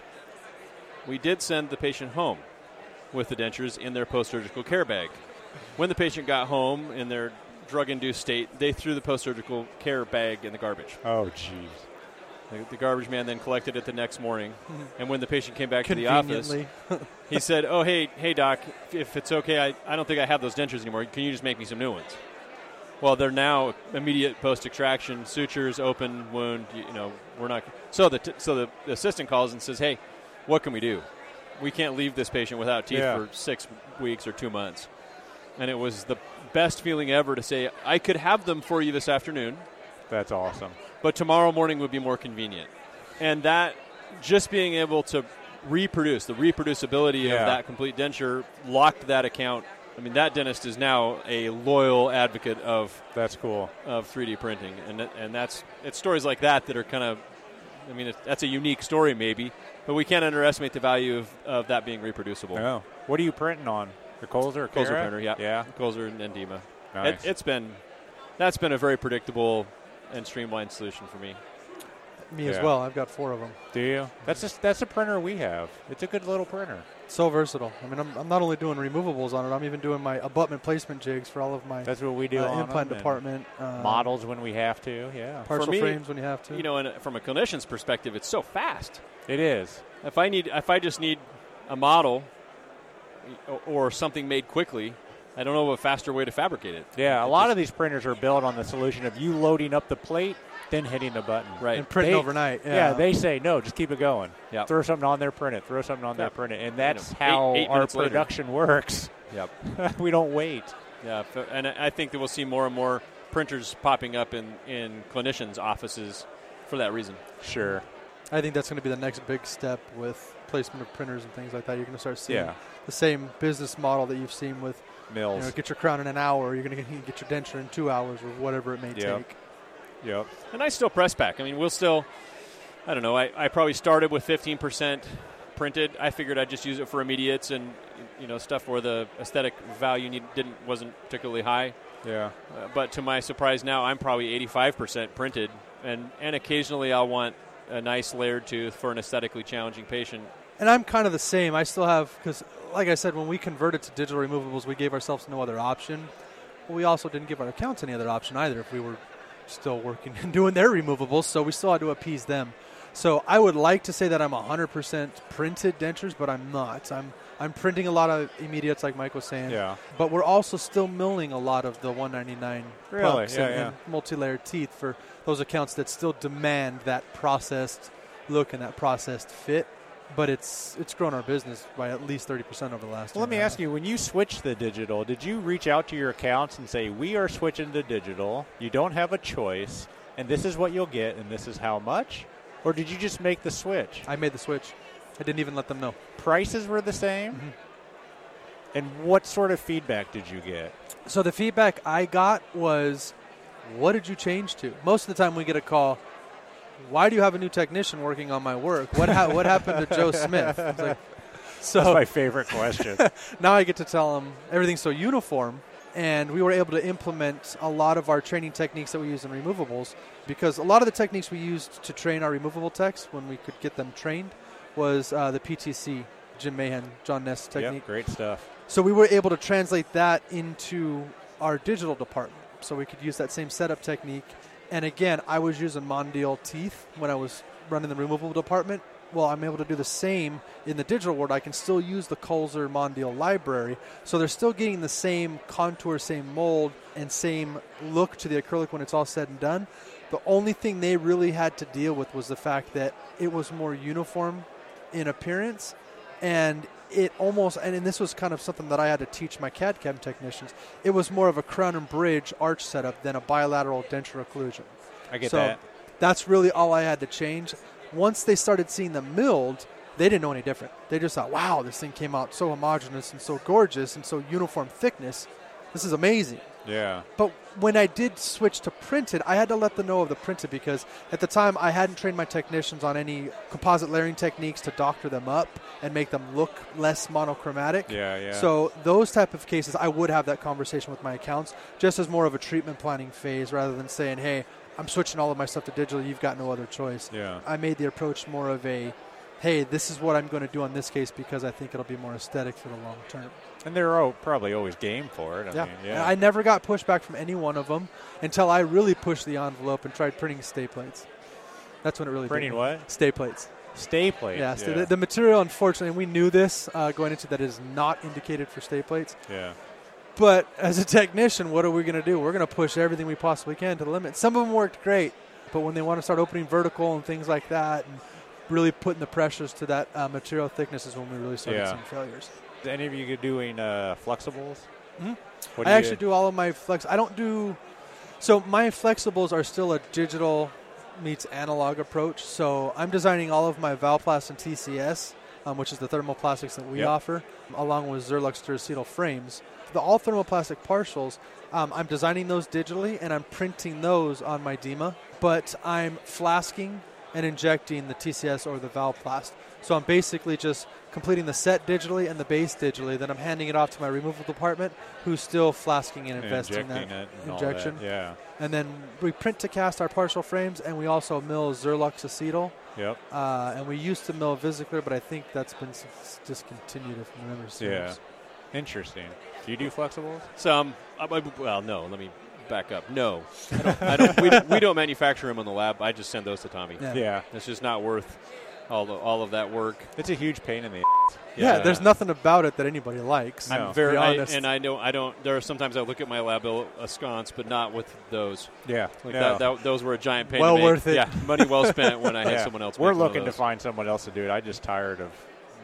[SPEAKER 4] We did send the patient home with the dentures in their post-surgical care bag. When the patient got home in their drug-induced state, they threw the post-surgical care bag in the garbage.
[SPEAKER 1] Oh, jeez.
[SPEAKER 4] The, the garbage man then collected it the next morning, and when the patient came back to the office,
[SPEAKER 3] Conveniently.
[SPEAKER 4] he said, "Oh, hey, hey, doc, if- if it's okay, I, I don't think I have those dentures anymore. Can you just make me some new ones?" Well, they're now immediate post extraction, sutures, open wound. You, you know, we're not. So the t- so the assistant calls and says, "Hey, what can we do? We can't leave this patient without teeth
[SPEAKER 1] Yeah.
[SPEAKER 4] for six weeks or two months." And it was the best feeling ever to say, "I could have them for you this afternoon."
[SPEAKER 1] That's awesome.
[SPEAKER 4] but tomorrow morning would be more convenient. And that just being able to reproduce the reproducibility
[SPEAKER 1] Yeah.
[SPEAKER 4] of that complete denture locked that account. I mean, that dentist is now a loyal advocate of,
[SPEAKER 1] That's cool.
[SPEAKER 4] of 3D printing, and that- and that's it's stories like that that are kind of. I mean, it, that's a unique story, maybe, but we can't underestimate the value of, of that being reproducible.
[SPEAKER 1] No. Oh. What are you printing on? Your Colzer or
[SPEAKER 4] Kohl's
[SPEAKER 1] Kara?
[SPEAKER 4] printer, yeah,
[SPEAKER 1] Yeah.
[SPEAKER 4] Kohl's and Endema.
[SPEAKER 1] Nice.
[SPEAKER 4] It, it's been that's been a very predictable and streamlined solution for me.
[SPEAKER 3] Me
[SPEAKER 1] Yeah.
[SPEAKER 3] as well. I've got four of them.
[SPEAKER 1] Do you? That's just that's a printer we have. It's a good little printer.
[SPEAKER 3] So versatile. I mean, I'm, I'm not only doing removables on it. I'm even doing my abutment placement jigs for all of my
[SPEAKER 1] That's what we do
[SPEAKER 3] uh,
[SPEAKER 1] on
[SPEAKER 3] implant
[SPEAKER 1] 'em and
[SPEAKER 3] department uh,
[SPEAKER 1] Models when we have to. Yeah.
[SPEAKER 3] partial
[SPEAKER 4] For me,
[SPEAKER 3] frames when you have to.
[SPEAKER 4] you know, and from a clinician's perspective, it's so fast.
[SPEAKER 1] It is.
[SPEAKER 4] If I need, if I just need a model or- or something made quickly, I don't know of a faster way to fabricate it.
[SPEAKER 1] Yeah. A
[SPEAKER 4] It
[SPEAKER 1] lot
[SPEAKER 4] just-
[SPEAKER 1] of these printers are built on the solution of you loading up the plate, then hitting the button.
[SPEAKER 4] right.
[SPEAKER 3] and printing
[SPEAKER 1] They-
[SPEAKER 3] overnight.
[SPEAKER 1] Yeah,
[SPEAKER 3] Yeah,
[SPEAKER 1] they say no. Just keep it going.
[SPEAKER 4] Yep.
[SPEAKER 1] Throw something on there, print it. Throw something on there,
[SPEAKER 4] Yep.
[SPEAKER 1] print it, and that's
[SPEAKER 4] Eight-
[SPEAKER 1] how
[SPEAKER 4] eight
[SPEAKER 1] our
[SPEAKER 4] minutes later.
[SPEAKER 1] production works.
[SPEAKER 4] Yep.
[SPEAKER 1] we don't wait.
[SPEAKER 4] Yeah, f- and I I think that we'll see more and more printers popping up in in clinicians' offices for that reason.
[SPEAKER 1] Sure.
[SPEAKER 3] I think that's going to be the next big step with placement of printers and things like that. You're going to start seeing
[SPEAKER 1] Yeah.
[SPEAKER 3] the same business model that you've seen with you
[SPEAKER 1] Mills.
[SPEAKER 3] know, get your crown in an hour. You're going to get your denture in two hours or whatever it may
[SPEAKER 1] Yeah.
[SPEAKER 3] take.
[SPEAKER 1] Yep.
[SPEAKER 4] And I still press back. I mean, we'll still, I don't know, I, I probably started with 15% printed. I figured I'd just use it for immediates and, you know, stuff where the aesthetic value need, didn't, wasn't particularly high.
[SPEAKER 1] Yeah.
[SPEAKER 4] Uh, but to my surprise now, I'm probably 85% printed. And, and occasionally I'll want a nice layered tooth for an aesthetically challenging patient.
[SPEAKER 3] And I'm kind of the same. I still have because, like I said, when we converted to digital removables, we gave ourselves no other option. But we also didn't give our accounts any other option either if we were still working and doing their removables. So we still had to appease them. So I would like to say that I'm 100% printed dentures, but I'm not. I'm I'm printing a lot of immediates, like Mike was saying.
[SPEAKER 1] Yeah.
[SPEAKER 3] But we're also still milling a lot of the 199
[SPEAKER 1] Really?
[SPEAKER 3] pucks
[SPEAKER 1] Yeah,
[SPEAKER 3] and,
[SPEAKER 1] yeah.
[SPEAKER 3] and multi-layered teeth for those accounts that still demand that processed look and that processed fit. But it's it's grown our business by at least 30 percent over the last.
[SPEAKER 1] Well, let me ask you: When you switched the digital, did you reach out to your accounts and say, "We are switching to digital. You don't have a choice, and this is what you'll get, and this is how much"? Or did you just make the switch?
[SPEAKER 3] I made the switch. I didn't even let them know.
[SPEAKER 1] Prices were the same.
[SPEAKER 3] Mm-hmm.
[SPEAKER 1] And what sort of feedback did you get?
[SPEAKER 3] So the feedback I got was, "What did you change to?" Most of the time, we get a call. Why do you have a new technician working on my work? What ha- what happened to Joe Smith? It's like, so
[SPEAKER 1] That's my favorite question.
[SPEAKER 3] now I get to tell them everything's so uniform. And we were able to implement a lot of our training techniques that we use in removables because a lot of the techniques we used to train our removable techs when we could get them trained was uh, the PTC, Jim Mahan, John Ness technique.
[SPEAKER 1] yep, great stuff.
[SPEAKER 3] So we were able to translate that into our digital department. So we could use that same setup technique. And again, I was using Mondial teeth when I was running the removable department. Well, I'm able to do the same in the digital world. I can still use the Colzer Mondial library. So they're still getting the same contour, same mold, and same look to the acrylic when it's all said and done. The only thing they really had to deal with was the fact that it was more uniform in appearance and it almost and, and this was kind of something that I had to teach my CAD CAM technicians. It was more of a crown and bridge arch setup than a bilateral denture occlusion.
[SPEAKER 1] I get
[SPEAKER 3] so
[SPEAKER 1] that.
[SPEAKER 3] That's really all I had to change. Once they started seeing the milled, they didn't know any different. They just thought, wow, this thing came out so homogeneous and so gorgeous and so uniform thickness. This is amazing.
[SPEAKER 1] Yeah.
[SPEAKER 3] But when I did switch to printed, I had to let them know of the printed because at the time I hadn't trained my technicians on any composite layering techniques to doctor them up and make them look less monochromatic.
[SPEAKER 1] Yeah, yeah.
[SPEAKER 3] So those type of cases, I would have that conversation with my accounts just as more of a treatment planning phase rather than saying, hey, I'm switching all of my stuff to digital. You've got no other choice.
[SPEAKER 1] Yeah.
[SPEAKER 3] I made the approach more of a, hey, this is what I'm going to do on this case because I think it'll be more aesthetic for the long term.
[SPEAKER 1] And they're all, probably always game for it. I
[SPEAKER 3] Yeah.
[SPEAKER 1] mean,
[SPEAKER 3] And
[SPEAKER 1] yeah.
[SPEAKER 3] I never got pushback from any one of them until I really pushed the envelope and tried printing stay plates. That's when it really
[SPEAKER 1] Printing
[SPEAKER 3] did. me.
[SPEAKER 1] what?
[SPEAKER 3] Stay plates.
[SPEAKER 1] Stay plate.
[SPEAKER 3] Yeah. So
[SPEAKER 1] yeah.
[SPEAKER 3] the, the material, unfortunately, and we knew this uh, going into that, is not indicated for stay plates.
[SPEAKER 1] yeah.
[SPEAKER 3] But as a technician, what are we going to do? We're going to push everything we possibly can to the limit. Some of them worked great, but when they want to start opening vertical and things like that, and really putting the pressures to that uh, material thickness is when we really started
[SPEAKER 1] Yeah.
[SPEAKER 3] seeing failures.
[SPEAKER 1] Is Any of you doing uh, flexibles?
[SPEAKER 3] Mhm.
[SPEAKER 1] What
[SPEAKER 3] I
[SPEAKER 1] you-
[SPEAKER 3] actually do all of my flex. I don't do. So my flexibles are still a digital meets analog approach. So I'm designing all of my Valplast and TCS, um, which is the thermoplastics that we
[SPEAKER 1] Yep.
[SPEAKER 3] offer, along with Zerlux duracetyl frames. The all thermoplastic partials, um, I'm designing those digitally and I'm printing those on my DEMA, but I'm flasking and injecting the TCS or the Valplast. So I'm basically just completing the set digitally and the base digitally. Then I'm handing it off to my removal department, who's still flasking and investing
[SPEAKER 1] injecting
[SPEAKER 3] that
[SPEAKER 1] it and all that,
[SPEAKER 3] injection.
[SPEAKER 1] Yeah.
[SPEAKER 3] And then we print to cast our partial frames, and we also mill Zerlux acetyl.
[SPEAKER 1] Yep.
[SPEAKER 3] Uh, and we used to mill Visicler, but I think that's been s- s- discontinued, if my memory
[SPEAKER 1] Yeah.
[SPEAKER 3] serves.
[SPEAKER 1] Interesting. Do you do flexibles?
[SPEAKER 4] So, um, I- I- well, no, let me back up. No, I don't, I don't, we, don't- we don't manufacture them in the lab. I just send those to Tommy.
[SPEAKER 3] Yeah.
[SPEAKER 1] Yeah.
[SPEAKER 4] It's just not worth all, the, all of that work.
[SPEAKER 1] It's a huge pain in the.
[SPEAKER 3] Yeah, there's nothing about it that anybody likes.
[SPEAKER 1] I'm
[SPEAKER 3] to
[SPEAKER 1] No.
[SPEAKER 3] be
[SPEAKER 4] Very I,
[SPEAKER 3] honest.
[SPEAKER 4] and I don't. I don't. There are sometimes I look at my lab bill uh, sconce, but not with those.
[SPEAKER 1] Yeah.
[SPEAKER 4] Like
[SPEAKER 1] no.
[SPEAKER 4] that, that, those were a giant pain.
[SPEAKER 3] Well
[SPEAKER 4] to make.
[SPEAKER 3] worth it.
[SPEAKER 4] Yeah, money well spent when I had
[SPEAKER 1] Yeah.
[SPEAKER 4] someone else.
[SPEAKER 1] We're
[SPEAKER 4] make one of
[SPEAKER 1] looking to
[SPEAKER 4] those.
[SPEAKER 1] find someone else to do it. I'm just tired of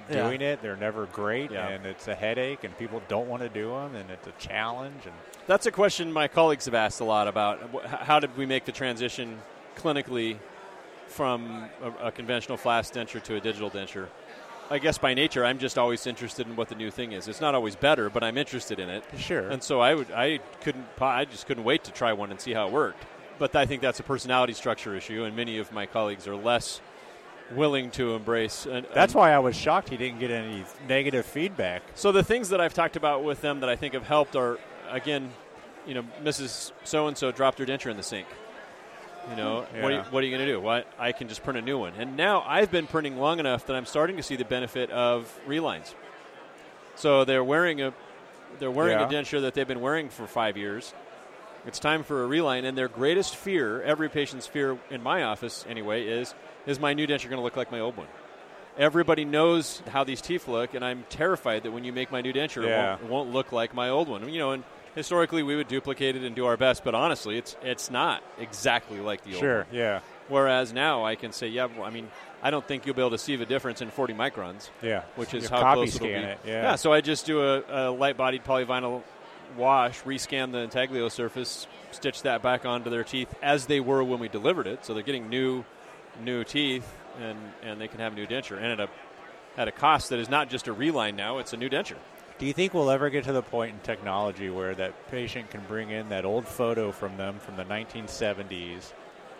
[SPEAKER 3] Yeah.
[SPEAKER 1] doing it. They're never great,
[SPEAKER 4] Yeah.
[SPEAKER 1] and it's a headache, and people don't want to do them, and it's a challenge. And
[SPEAKER 4] That's a question my colleagues have asked a lot about. Wh- How did we make the transition clinically from a, a conventional flask denture to a digital denture? I guess by nature, I'm just always interested in what the new thing is. It's not always better, but I'm interested in it.
[SPEAKER 1] Sure.
[SPEAKER 4] And so I would, I couldn't, po- I just couldn't wait to try one and see how it worked. But I think that's a personality structure issue, and many of my colleagues are less willing to embrace. An,
[SPEAKER 1] that's
[SPEAKER 4] an-
[SPEAKER 1] why I was shocked he didn't get any negative feedback.
[SPEAKER 4] so the things that I've talked about with them that I think have helped are, again, you know, Mrs. So and So dropped her denture in the sink. You know, what, are you,
[SPEAKER 1] Yeah.
[SPEAKER 4] what are you going to do? What I can just print a new one. And now I've been printing long enough that I'm starting to see the benefit of relines. So they're wearing a they're wearing a
[SPEAKER 1] Yeah.
[SPEAKER 4] denture that they've been wearing for five years. It's time for a reline, and their greatest fear, every patient's fear in my office anyway, is is my new denture going to look like my old one? Everybody knows how these teeth look, and I'm terrified that when you make my new denture, it,
[SPEAKER 1] Yeah.
[SPEAKER 4] won't, it won't look like my old one. You know, and historically we would duplicate it and do our best, but honestly, it's it's not exactly like the old.
[SPEAKER 1] Sure.
[SPEAKER 4] one.
[SPEAKER 1] Yeah.
[SPEAKER 4] Whereas now I can say, yeah, well, I mean, I don't think you'll be able to see the difference in 40 microns
[SPEAKER 1] Yeah.
[SPEAKER 4] which is
[SPEAKER 1] You
[SPEAKER 4] how
[SPEAKER 1] copy
[SPEAKER 4] close
[SPEAKER 1] scan
[SPEAKER 4] it'll be.
[SPEAKER 1] it. Yeah.
[SPEAKER 4] so I just do a, a light-bodied polyvinyl wash, rescan the intaglio surface, stitch that back onto their teeth as they were when we delivered it. So they're getting new, new teeth, and and they can have a new denture, and at a at a cost that is not just a reline now; it's a new denture.
[SPEAKER 1] Do you think we'll ever get to the point in technology where that patient can bring in that old photo from them from the 1970s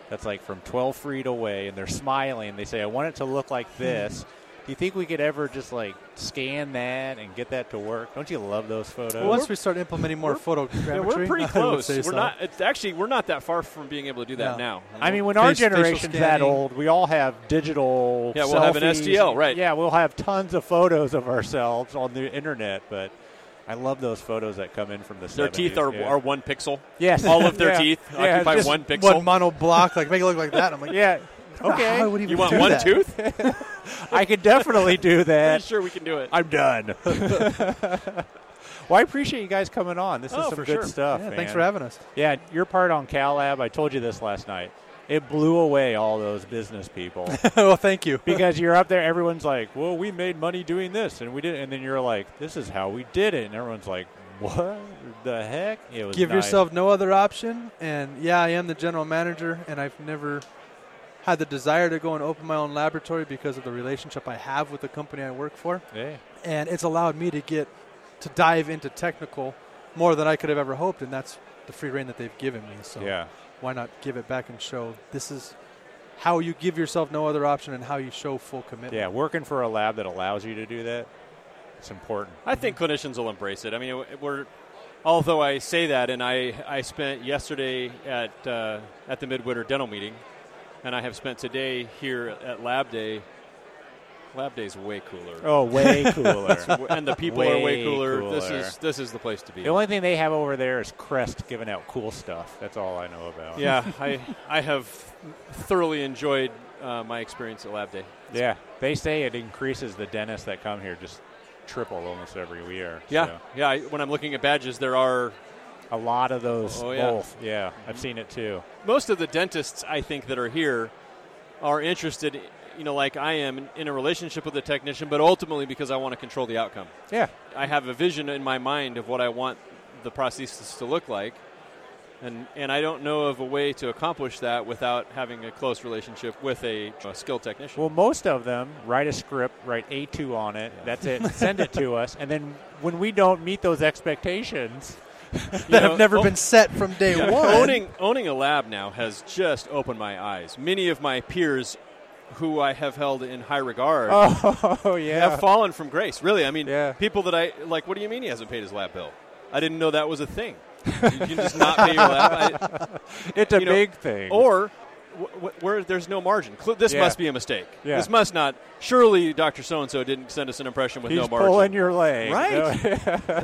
[SPEAKER 1] that's like from 12 feet away and they're smiling and they say, I want it to look like
[SPEAKER 3] Hmm.
[SPEAKER 1] this? Do you think we could ever just like scan that and get that to work? Don't you love those photos?
[SPEAKER 3] Well, once we start implementing more photogrammetry,
[SPEAKER 4] Yeah, we're pretty
[SPEAKER 3] I would
[SPEAKER 4] close.
[SPEAKER 3] say
[SPEAKER 4] We're
[SPEAKER 3] so.
[SPEAKER 4] not. It's actually we're not that far from being able to do that
[SPEAKER 3] Yeah.
[SPEAKER 4] now.
[SPEAKER 1] I mean, when our
[SPEAKER 3] Face- facial
[SPEAKER 1] generation's that
[SPEAKER 3] scanning.
[SPEAKER 1] old, we all have digital.
[SPEAKER 4] Yeah, we'll have an
[SPEAKER 1] selfies.
[SPEAKER 4] STL, right.
[SPEAKER 1] Yeah, we'll have tons of photos of ourselves on the internet, but. I love those photos that come in from the
[SPEAKER 4] their
[SPEAKER 1] 70s.
[SPEAKER 4] teeth are,
[SPEAKER 1] yeah.
[SPEAKER 4] are one pixel.
[SPEAKER 1] Yes.
[SPEAKER 4] all of their
[SPEAKER 1] Yeah.
[SPEAKER 4] teeth
[SPEAKER 1] Yeah,
[SPEAKER 4] occupy
[SPEAKER 1] just
[SPEAKER 4] one pixel.
[SPEAKER 3] One mono block, like make it look like that. I'm like,
[SPEAKER 1] Yeah. Okay.
[SPEAKER 3] I would even
[SPEAKER 4] you want
[SPEAKER 3] do
[SPEAKER 4] one
[SPEAKER 3] that.
[SPEAKER 4] tooth?
[SPEAKER 1] I could definitely do
[SPEAKER 4] Pretty
[SPEAKER 1] that.
[SPEAKER 4] sure we can do it.
[SPEAKER 1] I'm done. well, I appreciate you guys coming on. This
[SPEAKER 4] Oh,
[SPEAKER 1] is some
[SPEAKER 4] for
[SPEAKER 1] good
[SPEAKER 4] sure.
[SPEAKER 1] stuff.
[SPEAKER 3] Yeah,
[SPEAKER 1] man.
[SPEAKER 3] thanks for having us.
[SPEAKER 1] Yeah, your part on CalLab, I told you this last night. It blew away all those business people
[SPEAKER 3] well, thank you.
[SPEAKER 1] because you're up there. Everyone's like, "Well, we made money doing this, and we did," and then you're like, "This is how we did it," and everyone's like, "What the heck?" It was
[SPEAKER 3] Give
[SPEAKER 1] nice.
[SPEAKER 3] yourself no other option. And yeah, I am the general manager, and I've never had the desire to go and open my own laboratory because of the relationship I have with the company I work for.
[SPEAKER 1] Yeah.
[SPEAKER 3] and it's allowed me to get to dive into technical more than I could have ever hoped, and that's the free reign that they've given me. So
[SPEAKER 1] Yeah.
[SPEAKER 3] why not give it back and show this is how you give yourself no other option and how you show full commitment.
[SPEAKER 1] Yeah, working for a lab that allows you to do that, it's important.
[SPEAKER 4] I think clinicians will embrace it. I mean, we're although I say that, and I I spent yesterday at uh, at the midwinter dental meeting, and I have spent today here at Lab Day. Lab Day's way cooler,
[SPEAKER 1] Oh, way cooler.
[SPEAKER 4] and the people are way
[SPEAKER 1] Way
[SPEAKER 4] cooler. This
[SPEAKER 1] cooler.
[SPEAKER 4] is this is the place to be.
[SPEAKER 1] the only thing they have over there is Crest giving out cool stuff. That's all I know about.
[SPEAKER 4] yeah, I I have thoroughly enjoyed uh, my experience at Lab Day.
[SPEAKER 1] Yeah. They say it increases the dentists that come here just triple almost every year.
[SPEAKER 4] Yeah,
[SPEAKER 1] so.
[SPEAKER 4] yeah. I, when I'm looking at badges, there are
[SPEAKER 1] A lot of those
[SPEAKER 4] Oh, yeah.
[SPEAKER 1] both. Yeah. I've seen it too.
[SPEAKER 4] most of the dentists I think that are here are interested, you know, like I am in- in a relationship with a technician, but ultimately because I want to control the outcome.
[SPEAKER 1] Yeah.
[SPEAKER 4] I have a vision in my mind of what I want the prosthesis to look like. And, and I don't know of a way to accomplish that without having a close relationship with a, a skilled technician.
[SPEAKER 1] Well, most of them write a script, write A2 on it. That's it. Send it to us. And then when we don't meet those expectations,
[SPEAKER 4] You
[SPEAKER 3] That
[SPEAKER 4] know,
[SPEAKER 3] have never
[SPEAKER 4] o-
[SPEAKER 3] been set from day
[SPEAKER 4] Oh. yeah,
[SPEAKER 3] one.
[SPEAKER 4] Owning, owning a lab now has just opened my eyes. Many of my peers who I have held in high regard
[SPEAKER 1] oh, yeah.
[SPEAKER 4] have fallen from grace. Really, I mean,
[SPEAKER 1] Yeah.
[SPEAKER 4] people that I like. What do you mean he hasn't paid his lab bill? I didn't know that was a thing. you can just not pay your lab. I,
[SPEAKER 1] It's a
[SPEAKER 4] you know,
[SPEAKER 1] big thing.
[SPEAKER 4] Or w- w- where there's no margin. Cl- this
[SPEAKER 1] Yeah.
[SPEAKER 4] must be a mistake.
[SPEAKER 1] Yeah.
[SPEAKER 4] This must not. Surely, Doctor So and So didn't send us an impression with
[SPEAKER 1] he's
[SPEAKER 4] no margin.
[SPEAKER 1] pulling your leg.
[SPEAKER 4] Right. And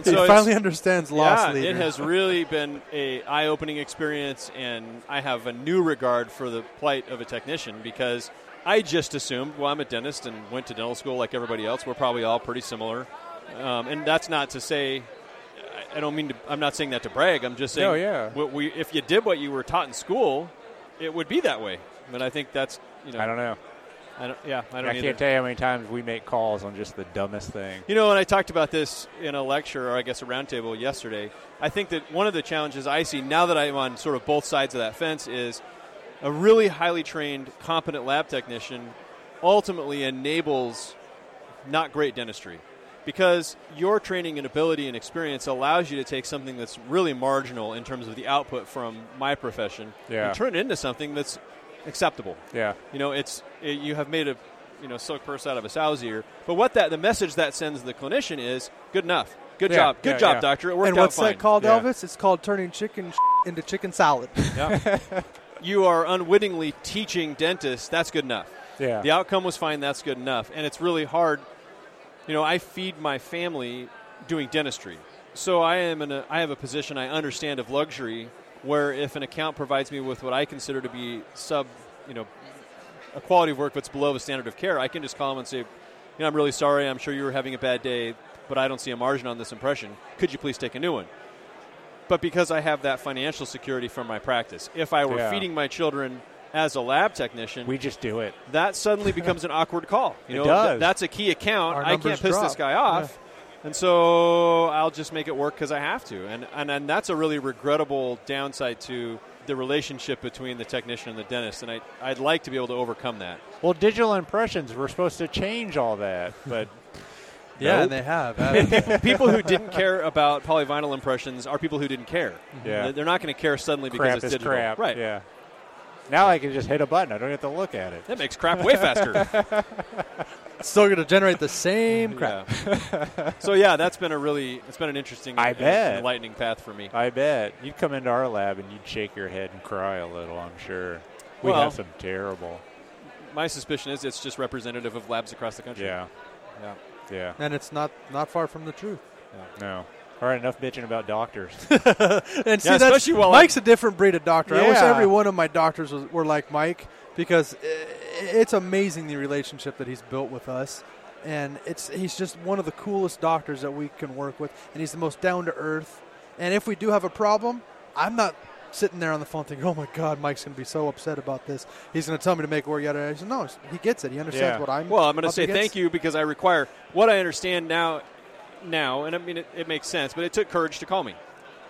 [SPEAKER 3] he
[SPEAKER 4] so it's-
[SPEAKER 3] finally understands loss
[SPEAKER 4] yeah,
[SPEAKER 3] leader.
[SPEAKER 4] it has really been a eye-opening experience, and I have a new regard for the plight of a technician because I just assumed, well, I'm a dentist and went to dental school like everybody else. We're probably all pretty similar, um, and that's not to say. I- I don't mean to. I'm not saying that to brag. I'm just saying,
[SPEAKER 1] No, yeah.
[SPEAKER 4] what we, if you did what you were taught in school, it would be that way. But I think that's you know.
[SPEAKER 1] I don't know.
[SPEAKER 4] I don't yeah. I
[SPEAKER 1] I,
[SPEAKER 4] don't. either.
[SPEAKER 1] can't tell you how many times we make calls on just the dumbest thing.
[SPEAKER 4] You know, and I talked about this in a lecture, or I guess a roundtable yesterday. I think that one of the challenges I see now that I'm on sort of both sides of that fence is a really highly trained, competent lab technician ultimately enables not great dentistry because your training and ability and experience allows you to take something that's really marginal in terms of the output from my profession
[SPEAKER 1] Yeah.
[SPEAKER 4] and turn it into something that's acceptable.
[SPEAKER 1] Yeah.
[SPEAKER 4] You know, it's it, you have made a you know silk purse out of a sow's ear. But what that the message that sends the clinician is good enough, good
[SPEAKER 1] Yeah,
[SPEAKER 4] job, good
[SPEAKER 1] yeah,
[SPEAKER 4] job,
[SPEAKER 1] yeah.
[SPEAKER 4] doctor. It worked
[SPEAKER 3] and
[SPEAKER 4] out
[SPEAKER 3] what's
[SPEAKER 4] fine.
[SPEAKER 3] that called,
[SPEAKER 1] Yeah.
[SPEAKER 3] Elvis? It's called turning chicken into chicken salad.
[SPEAKER 4] You are unwittingly teaching dentists. That's good enough.
[SPEAKER 1] Yeah.
[SPEAKER 4] The outcome was fine. That's good enough. And it's really hard. You know, I feed my family doing dentistry, so I am in a I have a position I understand of luxury where if an account provides me with what I consider to be sub, you know, a quality of work that's below the standard of care, I can just call them and say, you know, I'm really sorry. I'm sure you were having a bad day, but I don't see a margin on this impression. Could you please take a new one? But because I have that financial security from my practice, if I were
[SPEAKER 1] Yeah.
[SPEAKER 4] feeding my children as a lab technician,
[SPEAKER 1] We just do it.
[SPEAKER 4] that suddenly becomes an awkward call. You
[SPEAKER 1] It
[SPEAKER 4] know,
[SPEAKER 1] does.
[SPEAKER 4] th- that's a key account.
[SPEAKER 3] Our
[SPEAKER 4] I can't
[SPEAKER 3] numbers
[SPEAKER 4] piss
[SPEAKER 3] drop.
[SPEAKER 4] this guy off, and so I'll just make it work because I have to. And, and and that's a really regrettable downside to the relationship between the technician and the dentist. And I I'd like to be able to overcome that.
[SPEAKER 1] Well, digital impressions, we're supposed to change all that, but
[SPEAKER 3] yeah,
[SPEAKER 1] Nope.
[SPEAKER 3] and they have. Uh,
[SPEAKER 4] people who didn't care about polyvinyl impressions are people who didn't care.
[SPEAKER 1] Yeah.
[SPEAKER 4] They- They're not going to care suddenly
[SPEAKER 1] crap
[SPEAKER 4] because
[SPEAKER 1] is
[SPEAKER 4] it's digital.
[SPEAKER 1] crap.
[SPEAKER 4] Right.
[SPEAKER 1] Yeah. Now I can just hit a button. I don't have to look at it.
[SPEAKER 4] That makes crap way faster.
[SPEAKER 3] it's still going to generate the same crap.
[SPEAKER 4] Yeah. so yeah, that's been a really it's been an interesting
[SPEAKER 1] I
[SPEAKER 4] and
[SPEAKER 1] bet.
[SPEAKER 4] enlightening path for me.
[SPEAKER 1] I bet you'd come into our lab and you'd shake your head and cry a little. I'm sure we
[SPEAKER 4] Well-
[SPEAKER 1] have some terrible.
[SPEAKER 4] My suspicion is it's just representative of labs across the country.
[SPEAKER 1] Yeah.
[SPEAKER 4] Yeah.
[SPEAKER 1] Yeah.
[SPEAKER 3] And it's not not far from the truth.
[SPEAKER 1] No. All right. Enough bitching about doctors.
[SPEAKER 3] And see,
[SPEAKER 4] Yeah,
[SPEAKER 3] that's,
[SPEAKER 4] especially while
[SPEAKER 3] Mike's a different breed of doctor. I wish
[SPEAKER 1] Yeah.
[SPEAKER 3] every one of my doctors was, were like Mike because i- it's amazing the relationship that he's built with us, and it's he's just one of the coolest doctors that we can work with, and he's the most down to earth. And if we do have a problem, I'm not sitting there on the phone thinking, "Oh my God, Mike's going to be so upset about this. He's going to tell me to make work." Yada yada. I said, No, he gets it. He understands
[SPEAKER 1] Yeah.
[SPEAKER 3] what I'm.
[SPEAKER 4] Well, I'm going to
[SPEAKER 3] up
[SPEAKER 4] say
[SPEAKER 3] against."
[SPEAKER 4] thank you because I require what I understand now. Now, and I mean it, it makes sense, but it took courage to call me.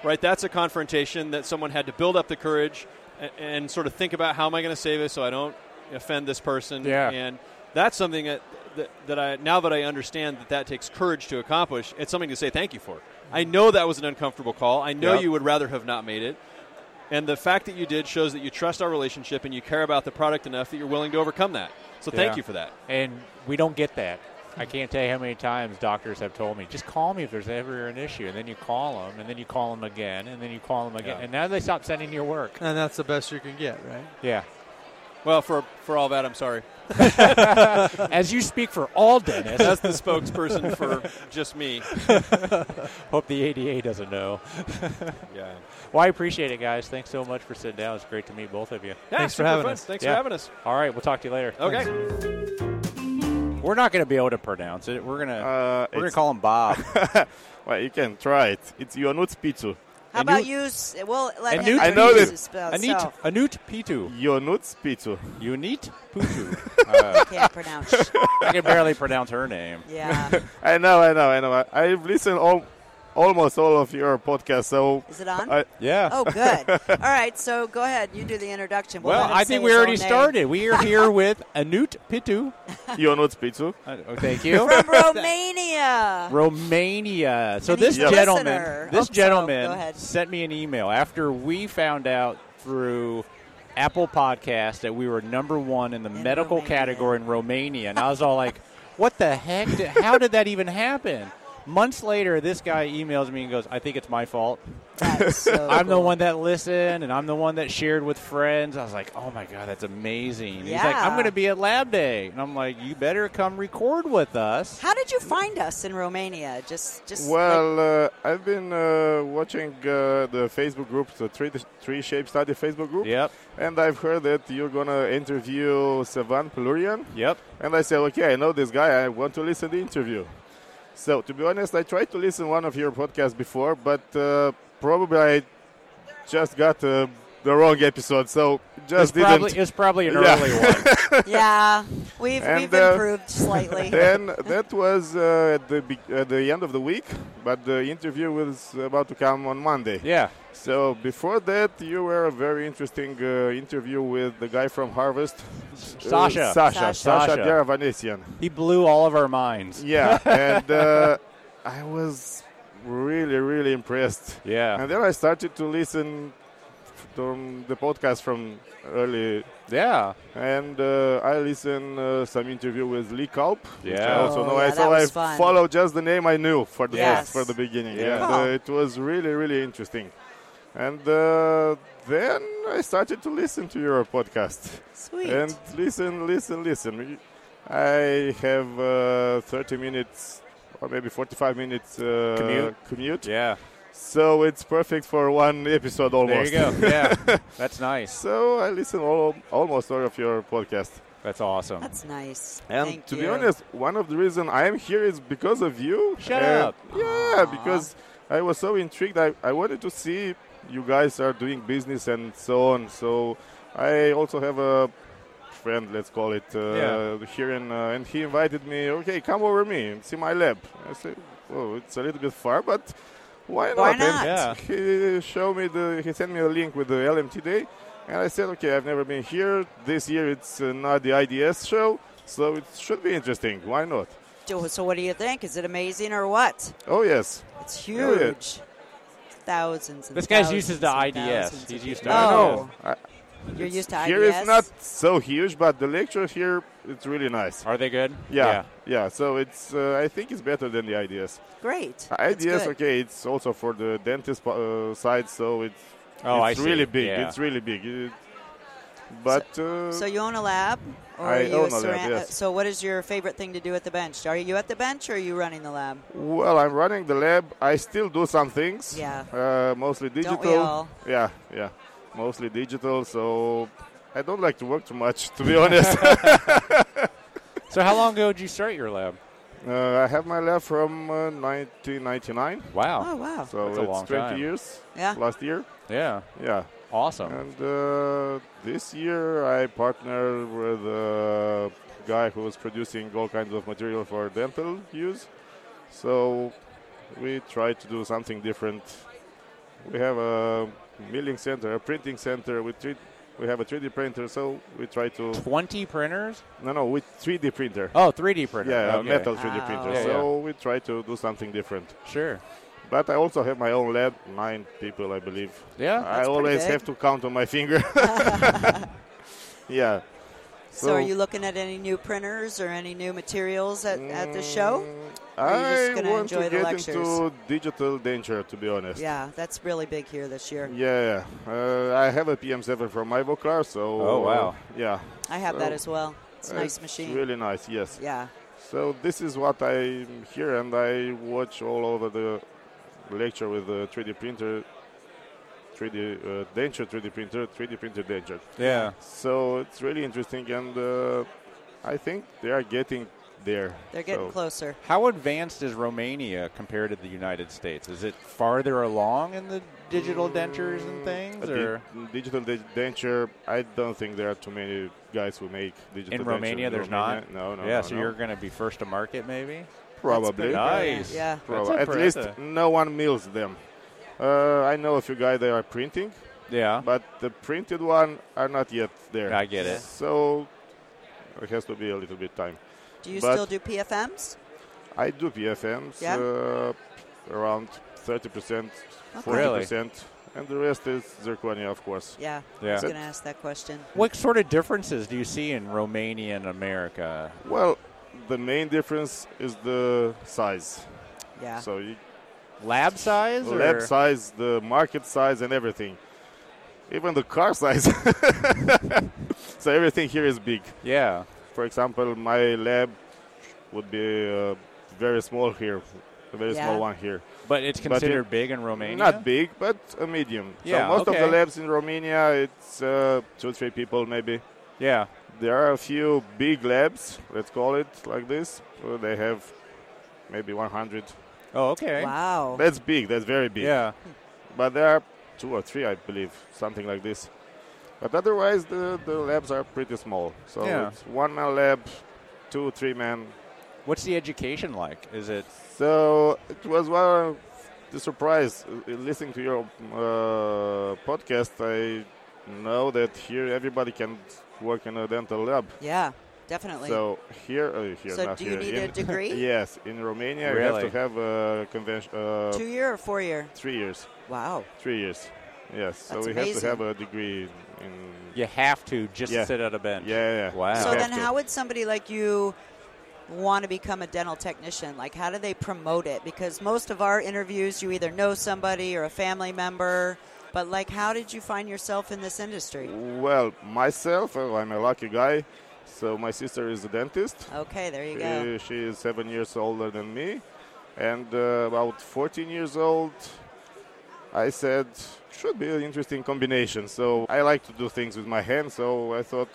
[SPEAKER 4] Right? That's a confrontation that someone had to build up the courage and, and sort of think about how am I going to say this so I don't offend this person.
[SPEAKER 1] Yeah.
[SPEAKER 4] And that's something that, that, that I, now that I understand that that takes courage to accomplish, it's something to say thank you for. I know that was an uncomfortable call. I know
[SPEAKER 1] Yep.
[SPEAKER 4] you would rather have not made it. And the fact that you did shows that you trust our relationship and you care about the product enough that you're willing to overcome that. So thank
[SPEAKER 1] Yeah.
[SPEAKER 4] you for that.
[SPEAKER 1] And we don't get that. I can't tell you how many times doctors have told me, just call me if there's ever an issue. And then you call them, and then you call them again, and then you call them again.
[SPEAKER 4] Yeah.
[SPEAKER 1] And now they stop sending you work.
[SPEAKER 3] And that's the best you can get, right?
[SPEAKER 1] Yeah.
[SPEAKER 4] Well, for, for all that, I'm sorry.
[SPEAKER 1] As you speak for all Dennis,
[SPEAKER 4] That's the spokesperson for just me.
[SPEAKER 1] hope the ADA doesn't know.
[SPEAKER 4] Yeah.
[SPEAKER 1] Well, I appreciate it, guys. Thanks so much for sitting down. It's great to meet both of you.
[SPEAKER 3] Thanks for having us.
[SPEAKER 4] Thanks
[SPEAKER 1] Yeah.
[SPEAKER 4] for having us.
[SPEAKER 1] All right, we'll talk to you later.
[SPEAKER 4] Okay.
[SPEAKER 1] We're not going to be able to pronounce it. We're gonna
[SPEAKER 6] Uh,
[SPEAKER 1] we're gonna
[SPEAKER 6] it's-
[SPEAKER 1] call him Bob.
[SPEAKER 6] Well, you can try it. It's Yonut Pitu.
[SPEAKER 2] How
[SPEAKER 1] And
[SPEAKER 2] about
[SPEAKER 1] you-
[SPEAKER 2] you? s- Well, let
[SPEAKER 1] And
[SPEAKER 2] him
[SPEAKER 1] you-
[SPEAKER 6] I know
[SPEAKER 2] use
[SPEAKER 6] that-
[SPEAKER 2] it spelled,
[SPEAKER 1] Anit
[SPEAKER 2] so
[SPEAKER 1] Anut Pitu.
[SPEAKER 6] Yonut Pitu.
[SPEAKER 1] Unit Putu. Uh,
[SPEAKER 2] can't pronounce.
[SPEAKER 1] I can barely pronounce her name.
[SPEAKER 2] Yeah,
[SPEAKER 6] I know, I know, I know. I, I've listened all, almost all of your podcasts, so
[SPEAKER 2] is it on?
[SPEAKER 6] I,
[SPEAKER 1] Yeah.
[SPEAKER 2] oh, good. All right, so go ahead. You do the introduction. We'll
[SPEAKER 1] well,
[SPEAKER 2] let him
[SPEAKER 1] I
[SPEAKER 2] say
[SPEAKER 1] think we
[SPEAKER 2] his
[SPEAKER 1] already
[SPEAKER 2] own name.
[SPEAKER 1] started. We are here with Anut Pitu.
[SPEAKER 6] Yonut Pitu.
[SPEAKER 1] Uh, oh, thank you.
[SPEAKER 2] from Romania.
[SPEAKER 1] Romania. So
[SPEAKER 2] And
[SPEAKER 1] this
[SPEAKER 6] he's a
[SPEAKER 1] gentleman,
[SPEAKER 2] listener.
[SPEAKER 1] this
[SPEAKER 2] Oh, so go
[SPEAKER 1] gentleman
[SPEAKER 2] ahead.
[SPEAKER 1] sent me an email after we found out through Apple Podcast that we were number one in the
[SPEAKER 2] In
[SPEAKER 1] medical
[SPEAKER 2] Romania.
[SPEAKER 1] category in Romania, and I was all like, "What the heck? Did, how did that even happen?" Months later, this guy emails me and goes, "I think it's my fault.
[SPEAKER 2] That's so
[SPEAKER 1] I'm the
[SPEAKER 2] Oh, cool.
[SPEAKER 1] one that listened, and I'm the one that shared with friends." I was like, "Oh my god, that's amazing!" He's like,
[SPEAKER 2] Yeah.
[SPEAKER 1] "I'm going to be at Lab Day," and I'm like, "You better come record with us."
[SPEAKER 2] How did you find us in Romania? Just, just like-
[SPEAKER 6] Well, uh, I've been uh, watching uh, the Facebook group, the three, three Shape Study Facebook group,
[SPEAKER 1] Yep.
[SPEAKER 6] and I've heard that you're going to interview Savan Pelurian.
[SPEAKER 1] Yep.
[SPEAKER 6] And I said, okay, I know this guy. I want to listen to the interview. So, to be honest, I tried to listen one of your podcasts before, but uh, probably I just got uh, the wrong episode. So,
[SPEAKER 1] It's
[SPEAKER 6] just
[SPEAKER 1] probably,
[SPEAKER 6] didn't.
[SPEAKER 1] it's probably an
[SPEAKER 6] Yeah.
[SPEAKER 1] early one.
[SPEAKER 2] yeah, we've
[SPEAKER 6] And,
[SPEAKER 2] we've
[SPEAKER 6] uh,
[SPEAKER 2] improved slightly.
[SPEAKER 6] Then that was uh, at the be- at the end of the week, but the interview was about to come on Monday.
[SPEAKER 1] Yeah.
[SPEAKER 6] So before that, you were a very interesting uh, interview with the guy from Harvest,
[SPEAKER 1] Sasha.
[SPEAKER 6] uh, Sasha,
[SPEAKER 2] Sasha.
[SPEAKER 6] Sasha,
[SPEAKER 1] Sasha.
[SPEAKER 6] Deravanisyan.
[SPEAKER 1] He blew all of our minds.
[SPEAKER 6] Yeah, and uh, I was really, really impressed.
[SPEAKER 1] Yeah.
[SPEAKER 6] And then I started to listen to the podcast from early,
[SPEAKER 1] Yeah.
[SPEAKER 6] and uh, I listened uh, some interview with Lee Kalp. which I
[SPEAKER 1] Yeah.
[SPEAKER 6] also
[SPEAKER 2] Oh,
[SPEAKER 6] know. I
[SPEAKER 2] yeah,
[SPEAKER 6] so
[SPEAKER 2] that
[SPEAKER 6] I
[SPEAKER 2] was fun.
[SPEAKER 6] followed just the name I knew for the
[SPEAKER 2] Yes.
[SPEAKER 6] for the beginning,
[SPEAKER 1] Yeah.
[SPEAKER 6] and
[SPEAKER 2] Cool.
[SPEAKER 6] uh, it was really, really interesting. And uh, then I started to listen to your podcast.
[SPEAKER 2] Sweet.
[SPEAKER 6] And listen, listen, listen. I have uh, 30 minutes or maybe 45 minutes uh,
[SPEAKER 1] Commute.
[SPEAKER 6] commute.
[SPEAKER 1] Yeah.
[SPEAKER 6] So it's perfect for one episode
[SPEAKER 1] There
[SPEAKER 6] almost.
[SPEAKER 1] you go. Yeah. That's nice.
[SPEAKER 6] So I listen all, almost all of your podcast.
[SPEAKER 1] That's awesome.
[SPEAKER 2] That's nice.
[SPEAKER 6] And
[SPEAKER 2] Thank
[SPEAKER 6] to be
[SPEAKER 2] you.
[SPEAKER 6] honest, one of the reason I am here is because of you.
[SPEAKER 1] Shut
[SPEAKER 6] And-
[SPEAKER 1] up.
[SPEAKER 6] Yeah, because I was so intrigued. I, I wanted to see you guys are doing business and so on. So I also have a friend, let's call it, uh,
[SPEAKER 1] Yeah.
[SPEAKER 6] here, in, uh, and he invited me, okay, come over me and see my lab. I said, oh, it's a little bit far, but why not?
[SPEAKER 2] Why
[SPEAKER 6] And
[SPEAKER 1] not?
[SPEAKER 6] He showed me the, he sent me a link with the LMT day. And I said, okay, I've never been here. This year it's uh, not the IDS show, so it should be interesting. Why not?
[SPEAKER 2] So- So, what do you think? Is it amazing or what?
[SPEAKER 6] Oh, yes.
[SPEAKER 2] It's
[SPEAKER 6] Oh, yeah.
[SPEAKER 2] huge. Thousands. And
[SPEAKER 1] This guy's
[SPEAKER 2] thousands
[SPEAKER 1] used to the
[SPEAKER 2] and
[SPEAKER 1] IDS.
[SPEAKER 2] thousands
[SPEAKER 1] He's
[SPEAKER 2] of
[SPEAKER 1] used to
[SPEAKER 2] people.
[SPEAKER 6] No.
[SPEAKER 2] Oh, you're used to
[SPEAKER 6] Here
[SPEAKER 2] IDS.
[SPEAKER 6] it's not so huge, but the lecture here, it's really nice.
[SPEAKER 1] Are they good?
[SPEAKER 6] Yeah, yeah. So it's, uh, I think it's better than the IDS.
[SPEAKER 2] great. That's
[SPEAKER 6] IDS,
[SPEAKER 2] good.
[SPEAKER 6] okay, it's also for the dentist uh, side, so it's,
[SPEAKER 1] Oh, I
[SPEAKER 6] it's
[SPEAKER 1] see.
[SPEAKER 6] really big.
[SPEAKER 1] Yeah.
[SPEAKER 6] It's really big. It- but uh,
[SPEAKER 2] So you own a lab, or
[SPEAKER 6] I
[SPEAKER 2] are you
[SPEAKER 6] own
[SPEAKER 2] a
[SPEAKER 6] a lab,
[SPEAKER 2] saran-
[SPEAKER 6] yes.
[SPEAKER 2] uh, So what is your favorite thing to do at the bench? Are you at the bench, or are you running the lab?
[SPEAKER 6] Well, I'm running the lab. I still do some things.
[SPEAKER 2] Yeah.
[SPEAKER 6] Uh, mostly digital.
[SPEAKER 2] Don't we all?
[SPEAKER 6] Yeah, yeah. Mostly digital. So I don't like to work too much, to be honest.
[SPEAKER 1] So how long ago did you start your lab?
[SPEAKER 6] uh, I have my lab from uh, 1999.
[SPEAKER 2] Oh
[SPEAKER 1] Wow.
[SPEAKER 2] wow.
[SPEAKER 6] So
[SPEAKER 1] That's a
[SPEAKER 6] it's
[SPEAKER 1] long
[SPEAKER 6] 20
[SPEAKER 1] time.
[SPEAKER 6] years.
[SPEAKER 2] Yeah.
[SPEAKER 6] Last year.
[SPEAKER 1] Yeah.
[SPEAKER 6] Yeah.
[SPEAKER 1] Awesome.
[SPEAKER 6] And uh, this year I partner with a guy who is producing all kinds of material for dental use. So we try to do something different. We have a milling center, a printing center. We treat, We have a 3D printer, so we try to.
[SPEAKER 1] 20 printers?
[SPEAKER 6] No, no, with 3D printer.
[SPEAKER 1] Oh, 3D printer.
[SPEAKER 6] yeah,
[SPEAKER 1] okay. Ah,
[SPEAKER 6] a metal 3D printer.
[SPEAKER 1] Yeah,
[SPEAKER 6] so we try to do something different.
[SPEAKER 1] Sure.
[SPEAKER 6] But I also have my own lab, nine people, I believe. I
[SPEAKER 1] Yeah.
[SPEAKER 2] That's pretty
[SPEAKER 6] always
[SPEAKER 2] big.
[SPEAKER 6] have to count on my finger. yeah.
[SPEAKER 2] So, are you looking at any new printers or any new materials at, at the show?
[SPEAKER 6] Mm.
[SPEAKER 2] Or are you
[SPEAKER 6] I
[SPEAKER 2] just gonna
[SPEAKER 6] want
[SPEAKER 2] enjoy
[SPEAKER 6] to
[SPEAKER 2] the
[SPEAKER 6] get
[SPEAKER 2] lectures?
[SPEAKER 6] into digital danger, to be honest.
[SPEAKER 2] Yeah, that's really big here this year.
[SPEAKER 6] Yeah, uh, I have a PM7 from Ivoclar, so. uh,
[SPEAKER 1] Oh, wow.
[SPEAKER 6] Yeah.
[SPEAKER 2] I have that
[SPEAKER 6] So,
[SPEAKER 2] as well. It's a nice
[SPEAKER 6] It's
[SPEAKER 2] machine.
[SPEAKER 6] Really nice, yes.
[SPEAKER 2] yeah.
[SPEAKER 6] So this is what I hear, and I watch all over the lecture with the 3D printer, 3D uh, denture, 3D printer, 3D printer denture.
[SPEAKER 1] Yeah.
[SPEAKER 6] So it's really interesting, and uh, I think they are getting there.
[SPEAKER 2] They're getting
[SPEAKER 6] So-
[SPEAKER 2] closer.
[SPEAKER 1] How advanced is Romania compared to the United States? Is it farther along in the digital dentures and things,
[SPEAKER 6] A di-
[SPEAKER 1] or
[SPEAKER 6] digital di- denture. I don't think there are too many guys who make digital.
[SPEAKER 1] in
[SPEAKER 6] denture
[SPEAKER 1] Romania there's
[SPEAKER 6] Romania.
[SPEAKER 1] not?
[SPEAKER 6] No, no.
[SPEAKER 1] Yeah,
[SPEAKER 6] no,
[SPEAKER 1] so
[SPEAKER 6] no.
[SPEAKER 1] you're going to be first to market, maybe.
[SPEAKER 6] probably
[SPEAKER 2] pretty
[SPEAKER 1] Nice.
[SPEAKER 2] brilliant. Yeah.
[SPEAKER 6] Probably.
[SPEAKER 1] That's
[SPEAKER 6] At least
[SPEAKER 1] impressive.
[SPEAKER 6] no one mills them. Uh, I know a few guys that are printing,
[SPEAKER 1] Yeah.
[SPEAKER 6] but the printed one are not yet there.
[SPEAKER 1] I get it.
[SPEAKER 6] So it has to be a little bit time.
[SPEAKER 2] Do you
[SPEAKER 6] But-
[SPEAKER 2] still do PFMs?
[SPEAKER 6] I do PFMs
[SPEAKER 2] Yeah?
[SPEAKER 6] uh, around 30%, 40%, and the rest is zirconia, of course.
[SPEAKER 2] Yeah. I
[SPEAKER 1] Yeah.
[SPEAKER 2] was going to ask that question.
[SPEAKER 1] What sort of differences do you see in Romania and America?
[SPEAKER 6] Well, the main difference is the size.
[SPEAKER 2] Yeah.
[SPEAKER 6] So you
[SPEAKER 1] Lab size? or-
[SPEAKER 6] lab size, the market size, and everything. Even the car size. so everything here is big.
[SPEAKER 1] Yeah.
[SPEAKER 6] For example, my lab would be uh, very small here, a very
[SPEAKER 2] Yeah.
[SPEAKER 6] small one here.
[SPEAKER 1] But it's
[SPEAKER 6] But it-
[SPEAKER 1] considered big in Romania?
[SPEAKER 6] Not big, but a medium.
[SPEAKER 1] Yeah,
[SPEAKER 6] so most of
[SPEAKER 1] okay.
[SPEAKER 6] the labs in Romania, it's uh, two, three people maybe.
[SPEAKER 1] Yeah.
[SPEAKER 6] There are a few big labs, let's call it like this. Uh, they have maybe 100.
[SPEAKER 1] Oh, okay.
[SPEAKER 2] wow.
[SPEAKER 6] That's big. That's very big.
[SPEAKER 1] Yeah.
[SPEAKER 6] But there are two or three, I believe, something like this. But otherwise, the, the labs are pretty small. So
[SPEAKER 1] Yeah.
[SPEAKER 6] it's one man lab, two, three man.
[SPEAKER 1] What's the education like? Is it
[SPEAKER 6] So it was one of the surprise uh, listening to your uh, podcast. I know that here everybody can work in a dental lab.
[SPEAKER 2] yeah, definitely.
[SPEAKER 6] So here, uh, here,
[SPEAKER 2] So
[SPEAKER 6] not
[SPEAKER 2] do you
[SPEAKER 6] here.
[SPEAKER 2] need
[SPEAKER 6] in,
[SPEAKER 2] a degree?
[SPEAKER 6] yes, in Romania, you
[SPEAKER 1] Really?
[SPEAKER 6] have to have a convention. Uh,
[SPEAKER 2] Two year or four year?
[SPEAKER 6] Three years.
[SPEAKER 2] Wow.
[SPEAKER 6] Three years. Yes. So
[SPEAKER 2] That's
[SPEAKER 6] we have to
[SPEAKER 2] amazing.
[SPEAKER 6] have a degree in. in
[SPEAKER 1] you have to just
[SPEAKER 6] Yeah.
[SPEAKER 1] sit at a bench?
[SPEAKER 6] Yeah. yeah.
[SPEAKER 1] Wow.
[SPEAKER 2] So
[SPEAKER 6] Have
[SPEAKER 2] then,
[SPEAKER 6] to.
[SPEAKER 2] how would somebody like you want to become a dental technician? Like, how do they promote it? Because most of our interviews, you either know somebody or a family member. But like, how did you find yourself in this industry?
[SPEAKER 6] Well, myself, oh, I'm a lucky guy. So my sister is a dentist.
[SPEAKER 2] Okay, there you go.
[SPEAKER 6] She, she is seven years older than me, and uh, about 14 years old. I said should be an interesting combination. So I like to do things with my hands. So I thought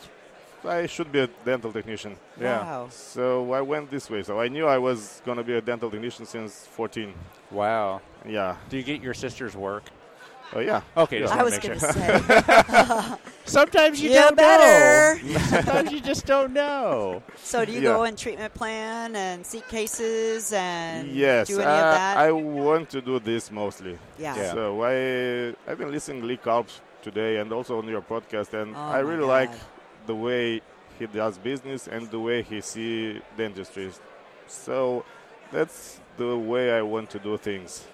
[SPEAKER 6] I should be a dental technician.
[SPEAKER 1] Yeah.
[SPEAKER 2] Wow.
[SPEAKER 6] So I went this way. So I knew I was gonna be a dental technician since 14.
[SPEAKER 1] Wow.
[SPEAKER 6] Yeah.
[SPEAKER 1] Do you get your sister's work?
[SPEAKER 6] Oh yeah.
[SPEAKER 1] Okay.
[SPEAKER 6] Yeah.
[SPEAKER 1] just
[SPEAKER 2] I
[SPEAKER 1] wanna
[SPEAKER 2] was
[SPEAKER 1] make
[SPEAKER 2] going to
[SPEAKER 1] sure.
[SPEAKER 2] say,
[SPEAKER 1] Sometimes you
[SPEAKER 2] yeah,
[SPEAKER 1] don't
[SPEAKER 2] better.
[SPEAKER 1] know. Sometimes you just don't know.
[SPEAKER 2] So do you
[SPEAKER 6] Yeah.
[SPEAKER 2] go in treatment plan and seek cases and
[SPEAKER 6] Yes,
[SPEAKER 2] do any of
[SPEAKER 6] uh,
[SPEAKER 2] that?
[SPEAKER 6] I want to do this mostly.
[SPEAKER 2] yeah.
[SPEAKER 1] Yeah.
[SPEAKER 6] So I I've been listening to Lee Kalbs today and also on your podcast, and
[SPEAKER 2] Oh
[SPEAKER 6] I
[SPEAKER 2] my
[SPEAKER 6] really
[SPEAKER 2] God.
[SPEAKER 6] like the way he does business and the way he see the industry. So that's the way I want to do things.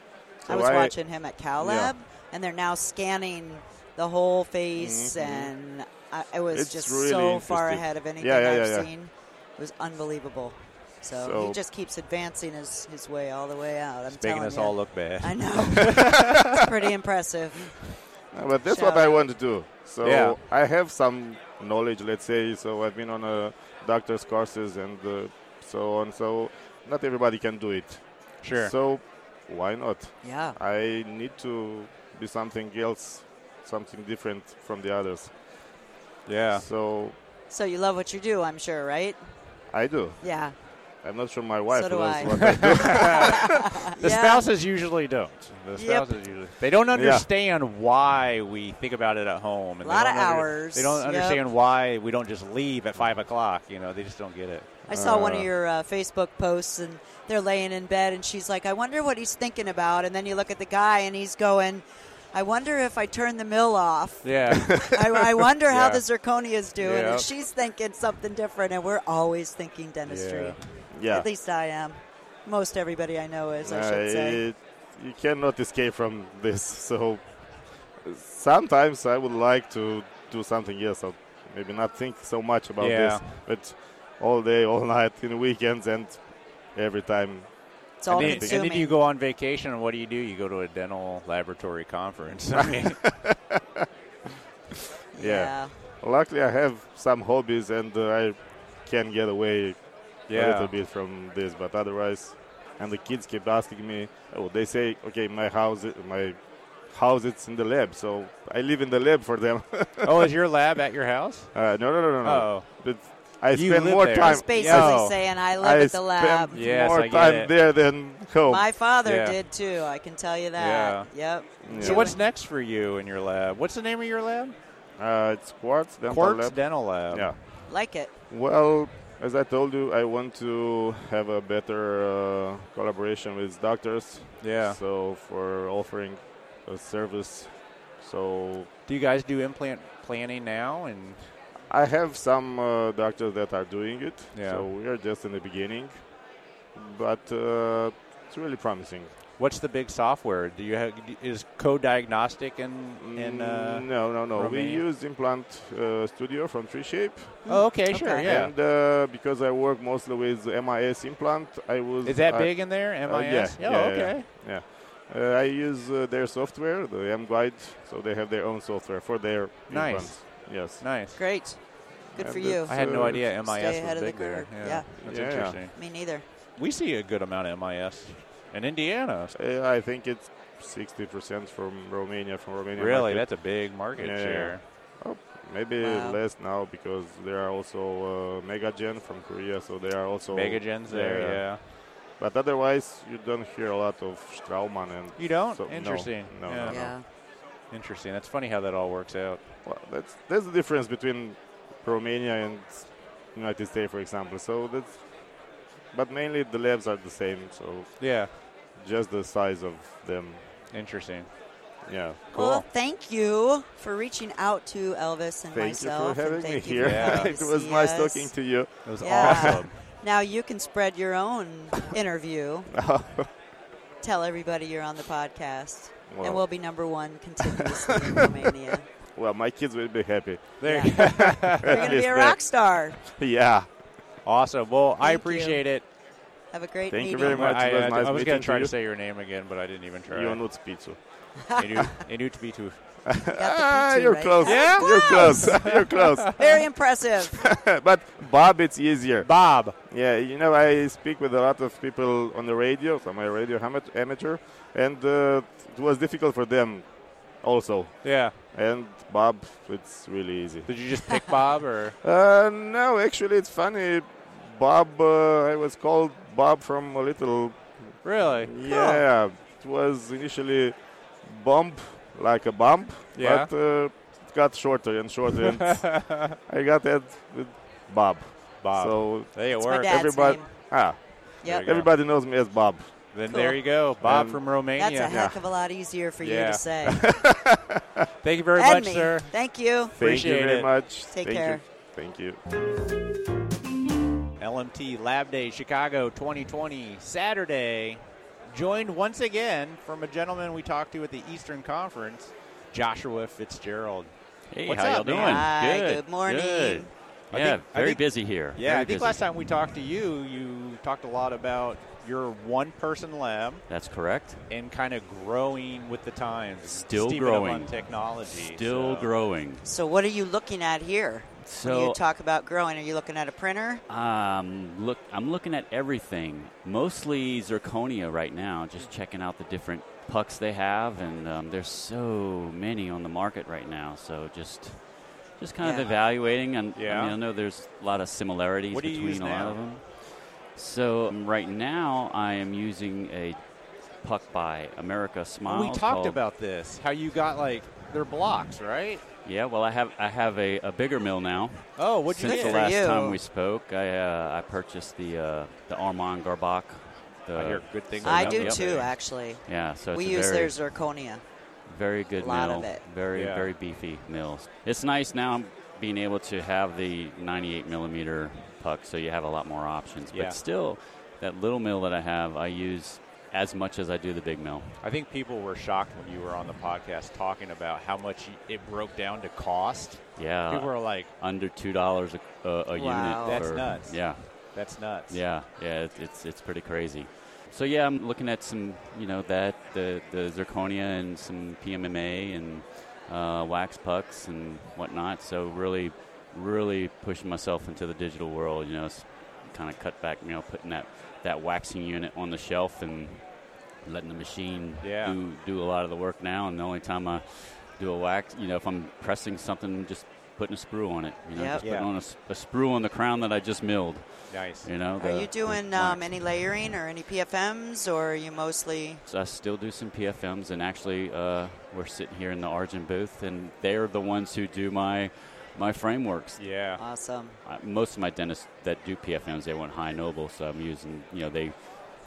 [SPEAKER 6] So
[SPEAKER 2] I was watching him at CalLab,
[SPEAKER 6] Yeah.
[SPEAKER 2] and they're now scanning the whole face, and I, it was
[SPEAKER 6] Mm-hmm. It's
[SPEAKER 2] just
[SPEAKER 6] really
[SPEAKER 2] so far
[SPEAKER 6] interesting.
[SPEAKER 2] ahead of anything
[SPEAKER 6] yeah,
[SPEAKER 2] I've
[SPEAKER 6] yeah.
[SPEAKER 2] seen. It was unbelievable. So, he
[SPEAKER 6] So-
[SPEAKER 2] just keeps advancing his, his way all the way out. I'm
[SPEAKER 1] It's making
[SPEAKER 2] telling
[SPEAKER 1] us
[SPEAKER 2] you.
[SPEAKER 1] all look bad.
[SPEAKER 2] I know. it's pretty impressive.
[SPEAKER 6] Uh, But that's
[SPEAKER 2] Shall
[SPEAKER 6] what I
[SPEAKER 2] we?
[SPEAKER 6] want to do. So
[SPEAKER 1] Yeah.
[SPEAKER 6] I have some knowledge, let's say. So I've been on a doctor's courses and uh, so on. So not everybody can do it.
[SPEAKER 1] Sure.
[SPEAKER 6] So why not?
[SPEAKER 2] Yeah.
[SPEAKER 6] I need to be something else, something different from the others.
[SPEAKER 1] yeah.
[SPEAKER 6] So
[SPEAKER 2] So you love what you do, I'm sure, right?
[SPEAKER 6] I do.
[SPEAKER 2] Yeah.
[SPEAKER 6] I'm not sure my wife
[SPEAKER 2] So do
[SPEAKER 6] knows
[SPEAKER 2] I.
[SPEAKER 6] what I do.
[SPEAKER 1] The
[SPEAKER 2] yeah.
[SPEAKER 1] spouses usually don't. The
[SPEAKER 2] Yep.
[SPEAKER 1] spouses usually they don't understand why we think about it at home. And they
[SPEAKER 2] Lot
[SPEAKER 1] don't
[SPEAKER 2] of
[SPEAKER 1] under-
[SPEAKER 2] hours.
[SPEAKER 1] They don't
[SPEAKER 2] Yep.
[SPEAKER 1] understand why we don't just leave at five o'clock. You know, they just don't get it.
[SPEAKER 2] I saw one of your uh, Facebook posts, and they're laying in bed, and she's like, "I wonder what he's thinking about." And then you look at the guy, and he's going,
[SPEAKER 7] I wonder if I turn the mill off.
[SPEAKER 1] Yeah.
[SPEAKER 7] I, I wonder how
[SPEAKER 1] Yeah.
[SPEAKER 7] the zirconia's doing.
[SPEAKER 6] Yeah.
[SPEAKER 7] And she's thinking something different, and we're always thinking dentistry.
[SPEAKER 6] Yeah.
[SPEAKER 7] At least I am. Most everybody I know is, I
[SPEAKER 6] Uh,
[SPEAKER 7] should say.
[SPEAKER 6] it- you cannot escape from this. So sometimes I would like to do something else, or maybe not think so much about
[SPEAKER 1] Yeah.
[SPEAKER 6] this, but all day, all night, in weekends, and every time.
[SPEAKER 7] It's all
[SPEAKER 1] and, then,
[SPEAKER 7] consuming.
[SPEAKER 1] and then you go on vacation, and what do you do? You go to a dental laboratory conference. I mean,
[SPEAKER 6] yeah. Luckily, I have some hobbies, and uh, I can get away a
[SPEAKER 1] yeah.
[SPEAKER 6] little bit from this, but otherwise, and the kids keep asking me. Oh, they say, okay, my house, my house, it's in the lab, so I live in the lab for them.
[SPEAKER 1] Oh, is your lab at your house?
[SPEAKER 6] Uh, no, no, no, no, no.
[SPEAKER 1] Oh.
[SPEAKER 6] But I
[SPEAKER 1] You
[SPEAKER 6] spend
[SPEAKER 1] live
[SPEAKER 6] more
[SPEAKER 1] there.
[SPEAKER 6] time.
[SPEAKER 7] It's basically
[SPEAKER 1] Yo.
[SPEAKER 7] saying I live
[SPEAKER 6] I
[SPEAKER 7] at the
[SPEAKER 6] spend
[SPEAKER 7] lab.
[SPEAKER 1] Yes,
[SPEAKER 6] more
[SPEAKER 1] I get
[SPEAKER 6] time
[SPEAKER 1] it.
[SPEAKER 6] there than home.
[SPEAKER 7] My father
[SPEAKER 1] Yeah.
[SPEAKER 7] did too. I can tell you that. Yep.
[SPEAKER 6] Yeah.
[SPEAKER 1] So what's next for you in your lab? What's the name of your lab?
[SPEAKER 6] uh, it's quartz dental
[SPEAKER 1] Quartz
[SPEAKER 6] lab.
[SPEAKER 1] Dental Lab.
[SPEAKER 6] Yeah.
[SPEAKER 7] like it?
[SPEAKER 6] Well, as I told you, I want to have a better uh, collaboration with doctors.
[SPEAKER 1] Yeah.
[SPEAKER 6] So for offering a service, so
[SPEAKER 1] Do you guys do implant planning now? And
[SPEAKER 6] I have some uh, doctors that are doing it.
[SPEAKER 1] Yeah.
[SPEAKER 6] So we are just in the beginning, but uh, it's really promising.
[SPEAKER 1] what's the big software? Do you have is co-diagnostic and and uh,
[SPEAKER 6] Mm, no, no, no. We
[SPEAKER 1] Romania?
[SPEAKER 6] use Implant uh, Studio from Tree Shape,
[SPEAKER 1] oh, okay, sure,
[SPEAKER 7] Mm, Okay.
[SPEAKER 1] yeah.
[SPEAKER 6] and uh, because I work mostly with MIS implant, I was
[SPEAKER 1] Is that
[SPEAKER 6] I-
[SPEAKER 1] big in there? MIS?
[SPEAKER 6] Uh, yeah,
[SPEAKER 1] Oh,
[SPEAKER 6] yeah,
[SPEAKER 1] okay.
[SPEAKER 6] Yeah, Uh, I use uh, their software, the M Guide, so they have their own software for their
[SPEAKER 1] Nice.
[SPEAKER 6] implants. Yes.
[SPEAKER 1] Nice.
[SPEAKER 7] Great. Good
[SPEAKER 6] And
[SPEAKER 7] for you.
[SPEAKER 6] it's,
[SPEAKER 1] I had no
[SPEAKER 6] uh,
[SPEAKER 1] idea MIS
[SPEAKER 7] stay ahead of
[SPEAKER 1] was
[SPEAKER 7] the
[SPEAKER 1] big there.
[SPEAKER 7] curve.
[SPEAKER 1] Yeah,
[SPEAKER 7] Yeah.
[SPEAKER 1] that's
[SPEAKER 6] Yeah.
[SPEAKER 1] interesting.
[SPEAKER 7] Me neither.
[SPEAKER 1] We see a good amount of MIS in Indiana.
[SPEAKER 6] Uh, I think it's 60% from Romania, from Romania.
[SPEAKER 1] Really,
[SPEAKER 6] market.
[SPEAKER 1] that's a big market
[SPEAKER 6] Yeah.
[SPEAKER 1] share.
[SPEAKER 6] Maybe
[SPEAKER 7] Wow.
[SPEAKER 6] less now because there are also uh, MegaGen from Korea, so they are also
[SPEAKER 1] Megagen's there,
[SPEAKER 6] Yeah.
[SPEAKER 1] yeah.
[SPEAKER 6] But otherwise, you don't hear a lot of Straumann and
[SPEAKER 1] You don't?
[SPEAKER 6] So- no,
[SPEAKER 1] Interesting.
[SPEAKER 6] no,
[SPEAKER 1] yeah.
[SPEAKER 6] no, no.
[SPEAKER 7] Yeah.
[SPEAKER 1] Interesting. That's funny how that all works out.
[SPEAKER 6] Well, that's that's the difference between Romania and United States, for example. So that's, but mainly the labs are the same. So
[SPEAKER 1] Yeah.
[SPEAKER 6] just the size of them.
[SPEAKER 1] Interesting.
[SPEAKER 6] Yeah.
[SPEAKER 7] Well, thank you for reaching out to Elvis and
[SPEAKER 6] Thank
[SPEAKER 7] myself.
[SPEAKER 6] you for
[SPEAKER 7] and
[SPEAKER 6] having me
[SPEAKER 7] thank you
[SPEAKER 6] here.
[SPEAKER 7] for
[SPEAKER 1] Yeah.
[SPEAKER 7] coming
[SPEAKER 6] it
[SPEAKER 7] to
[SPEAKER 6] was
[SPEAKER 7] see
[SPEAKER 6] nice
[SPEAKER 7] us.
[SPEAKER 6] talking to you.
[SPEAKER 1] It was
[SPEAKER 7] Yeah.
[SPEAKER 1] awesome.
[SPEAKER 7] Now you can spread your own interview. Tell everybody you're on the podcast.
[SPEAKER 6] Well.
[SPEAKER 7] And we'll be number one continuously in Romania.
[SPEAKER 6] Well, my kids will be happy.
[SPEAKER 1] There
[SPEAKER 7] Yeah.
[SPEAKER 1] you go.
[SPEAKER 7] You're going to be
[SPEAKER 6] least
[SPEAKER 7] a
[SPEAKER 6] that.
[SPEAKER 7] rock star.
[SPEAKER 6] Yeah.
[SPEAKER 1] Awesome. Well, I
[SPEAKER 7] Thank you.
[SPEAKER 1] appreciate it.
[SPEAKER 7] Have a great
[SPEAKER 6] Thank you
[SPEAKER 7] meeting.
[SPEAKER 6] very much.
[SPEAKER 1] I,
[SPEAKER 6] It was
[SPEAKER 1] I-
[SPEAKER 6] nice
[SPEAKER 1] I was
[SPEAKER 6] meeting
[SPEAKER 1] gonna try
[SPEAKER 6] you.
[SPEAKER 1] to say your name again, but I didn't even try.
[SPEAKER 6] Ionuț Pițu.
[SPEAKER 1] Inu- Inuitbitu.
[SPEAKER 7] Got the
[SPEAKER 6] Ah,
[SPEAKER 7] P2,
[SPEAKER 6] you're
[SPEAKER 7] right?
[SPEAKER 6] close.
[SPEAKER 1] Yeah?
[SPEAKER 6] You're close. you're close.
[SPEAKER 7] Very impressive.
[SPEAKER 6] but Bob, it's easier.
[SPEAKER 1] Bob.
[SPEAKER 6] Yeah, you know, I speak with a lot of people on the radio, so I'm a radio ama- amateur, and uh, it was difficult for them also.
[SPEAKER 1] Yeah.
[SPEAKER 6] And Bob, it's really easy.
[SPEAKER 1] Did you just pick Bob or?
[SPEAKER 6] Uh, no, actually, it's funny. Bob, uh, I was called Bob from a little.
[SPEAKER 1] Really?
[SPEAKER 6] Yeah, it was initially bump, like a bump,
[SPEAKER 1] Yeah.
[SPEAKER 6] but uh, it got shorter and shorter, and I got that with Bob.
[SPEAKER 1] Bob.
[SPEAKER 6] So
[SPEAKER 1] Hey, it
[SPEAKER 7] It's my
[SPEAKER 1] worked.
[SPEAKER 7] dad's
[SPEAKER 6] everybody,
[SPEAKER 7] name.
[SPEAKER 6] ah,
[SPEAKER 7] Yep.
[SPEAKER 1] go.
[SPEAKER 6] everybody knows me as Bob.
[SPEAKER 1] Then
[SPEAKER 7] Cool.
[SPEAKER 1] there you go, Bob
[SPEAKER 6] Um,
[SPEAKER 1] from Romania.
[SPEAKER 7] That's a heck of a lot easier for you
[SPEAKER 1] Yeah.
[SPEAKER 7] to say.
[SPEAKER 1] Thank you very
[SPEAKER 7] and
[SPEAKER 1] much,
[SPEAKER 7] me.
[SPEAKER 1] sir.
[SPEAKER 7] Thank you.
[SPEAKER 6] Thank
[SPEAKER 1] Appreciate
[SPEAKER 6] you very
[SPEAKER 1] it.
[SPEAKER 6] much.
[SPEAKER 7] Take
[SPEAKER 6] Thank
[SPEAKER 7] care.
[SPEAKER 6] You. Thank you.
[SPEAKER 1] LMT Lab Day Chicago 2020 Saturday. Joined once again from a gentleman we talked to at the Eastern Conference, Joshua Fitzgerald.
[SPEAKER 8] Hey,
[SPEAKER 1] What's
[SPEAKER 8] how
[SPEAKER 1] up,
[SPEAKER 8] y'all doing?
[SPEAKER 1] man?
[SPEAKER 7] Hi,
[SPEAKER 8] good.
[SPEAKER 7] good morning.
[SPEAKER 8] Good.
[SPEAKER 1] I
[SPEAKER 8] yeah,
[SPEAKER 1] think- I
[SPEAKER 8] very
[SPEAKER 1] think-
[SPEAKER 8] busy here.
[SPEAKER 1] Yeah,
[SPEAKER 8] very
[SPEAKER 1] I think
[SPEAKER 8] busy.
[SPEAKER 1] last time we talked to you, you talked a lot about your one-person lab
[SPEAKER 8] That's correct.
[SPEAKER 1] and kind of growing with the times. and
[SPEAKER 8] Still
[SPEAKER 1] steeping up on
[SPEAKER 8] growing.
[SPEAKER 1] technology.
[SPEAKER 8] Still
[SPEAKER 1] so.
[SPEAKER 8] growing.
[SPEAKER 7] So, what are you looking at here? when
[SPEAKER 8] So-
[SPEAKER 7] you talk about growing, are you looking at a printer?
[SPEAKER 8] Um, look, I'm looking at everything. Mostly zirconia right now.
[SPEAKER 1] Mm.
[SPEAKER 8] Just checking out the different pucks they have, and um, there's so many on the market right now. So just, just kind
[SPEAKER 7] Yeah.
[SPEAKER 8] of evaluating. And
[SPEAKER 1] Yeah.
[SPEAKER 8] I, mean, I know there's a lot of similarities
[SPEAKER 1] What do you
[SPEAKER 8] between
[SPEAKER 1] use
[SPEAKER 8] a lot
[SPEAKER 1] now?
[SPEAKER 8] of them. So um, right now, I am using a puck by America Smile.
[SPEAKER 1] Oh, we talked about this. How you got like their blocks, right?
[SPEAKER 8] Yeah, well, I have I have a, a bigger mill now.
[SPEAKER 1] Oh, what'd you
[SPEAKER 8] Since
[SPEAKER 1] get?
[SPEAKER 8] the last
[SPEAKER 7] you.
[SPEAKER 8] time we spoke, I uh, I purchased the uh, the Armand Garbach. The,
[SPEAKER 1] I hear good things.
[SPEAKER 8] So
[SPEAKER 7] I
[SPEAKER 8] that-
[SPEAKER 7] do
[SPEAKER 8] yep.
[SPEAKER 7] too, actually.
[SPEAKER 8] Yeah, so
[SPEAKER 7] we
[SPEAKER 8] it's a
[SPEAKER 7] use
[SPEAKER 8] very,
[SPEAKER 7] their zirconia.
[SPEAKER 8] Very good
[SPEAKER 7] A lot
[SPEAKER 8] mill.
[SPEAKER 7] of it.
[SPEAKER 8] Very
[SPEAKER 1] Yeah.
[SPEAKER 8] very beefy mills. It's nice now being able to have the 98 millimeter puck, so you have a lot more options.
[SPEAKER 1] Yeah.
[SPEAKER 8] But still, that little mill that I have, I use as much as I do the big mill.
[SPEAKER 1] I think people were shocked when you were on the podcast talking about how much y- it broke down to cost.
[SPEAKER 8] Yeah,
[SPEAKER 1] People were like,
[SPEAKER 8] under two dollars a, a, a
[SPEAKER 7] Wow.
[SPEAKER 8] unit.
[SPEAKER 1] That's
[SPEAKER 8] for-
[SPEAKER 1] nuts.
[SPEAKER 8] Yeah,
[SPEAKER 1] "That's nuts."
[SPEAKER 8] yeah, yeah. It's, it's it's pretty crazy. So yeah, I'm looking at some, you know, that the the zirconia and some PMMA and uh, wax pucks and whatnot. So really, really pushing myself into the digital world. You know, kind of cut back, you know, putting that that waxing unit on the shelf and letting the machine
[SPEAKER 1] Yeah.
[SPEAKER 8] do do a lot of the work now. And the only time I do a wax, you know, if I'm pressing something, just putting a sprue on it. You know,
[SPEAKER 7] Yep.
[SPEAKER 8] just putting
[SPEAKER 1] Yeah.
[SPEAKER 8] on a, s- a sprue on the crown that I just milled.
[SPEAKER 1] Nice.
[SPEAKER 8] You know,
[SPEAKER 7] Are
[SPEAKER 8] the-
[SPEAKER 7] you doing
[SPEAKER 8] the
[SPEAKER 7] um,
[SPEAKER 8] wax.
[SPEAKER 7] any layering or any PFMs, or are you mostly?
[SPEAKER 8] So I still do some PFMs, and actually, uh, we're sitting here in the Argent booth, and they're the ones who do my my frameworks.
[SPEAKER 1] Yeah.
[SPEAKER 7] Awesome.
[SPEAKER 8] I, most of my dentists that do PFMs, they want high noble, so I'm using you know they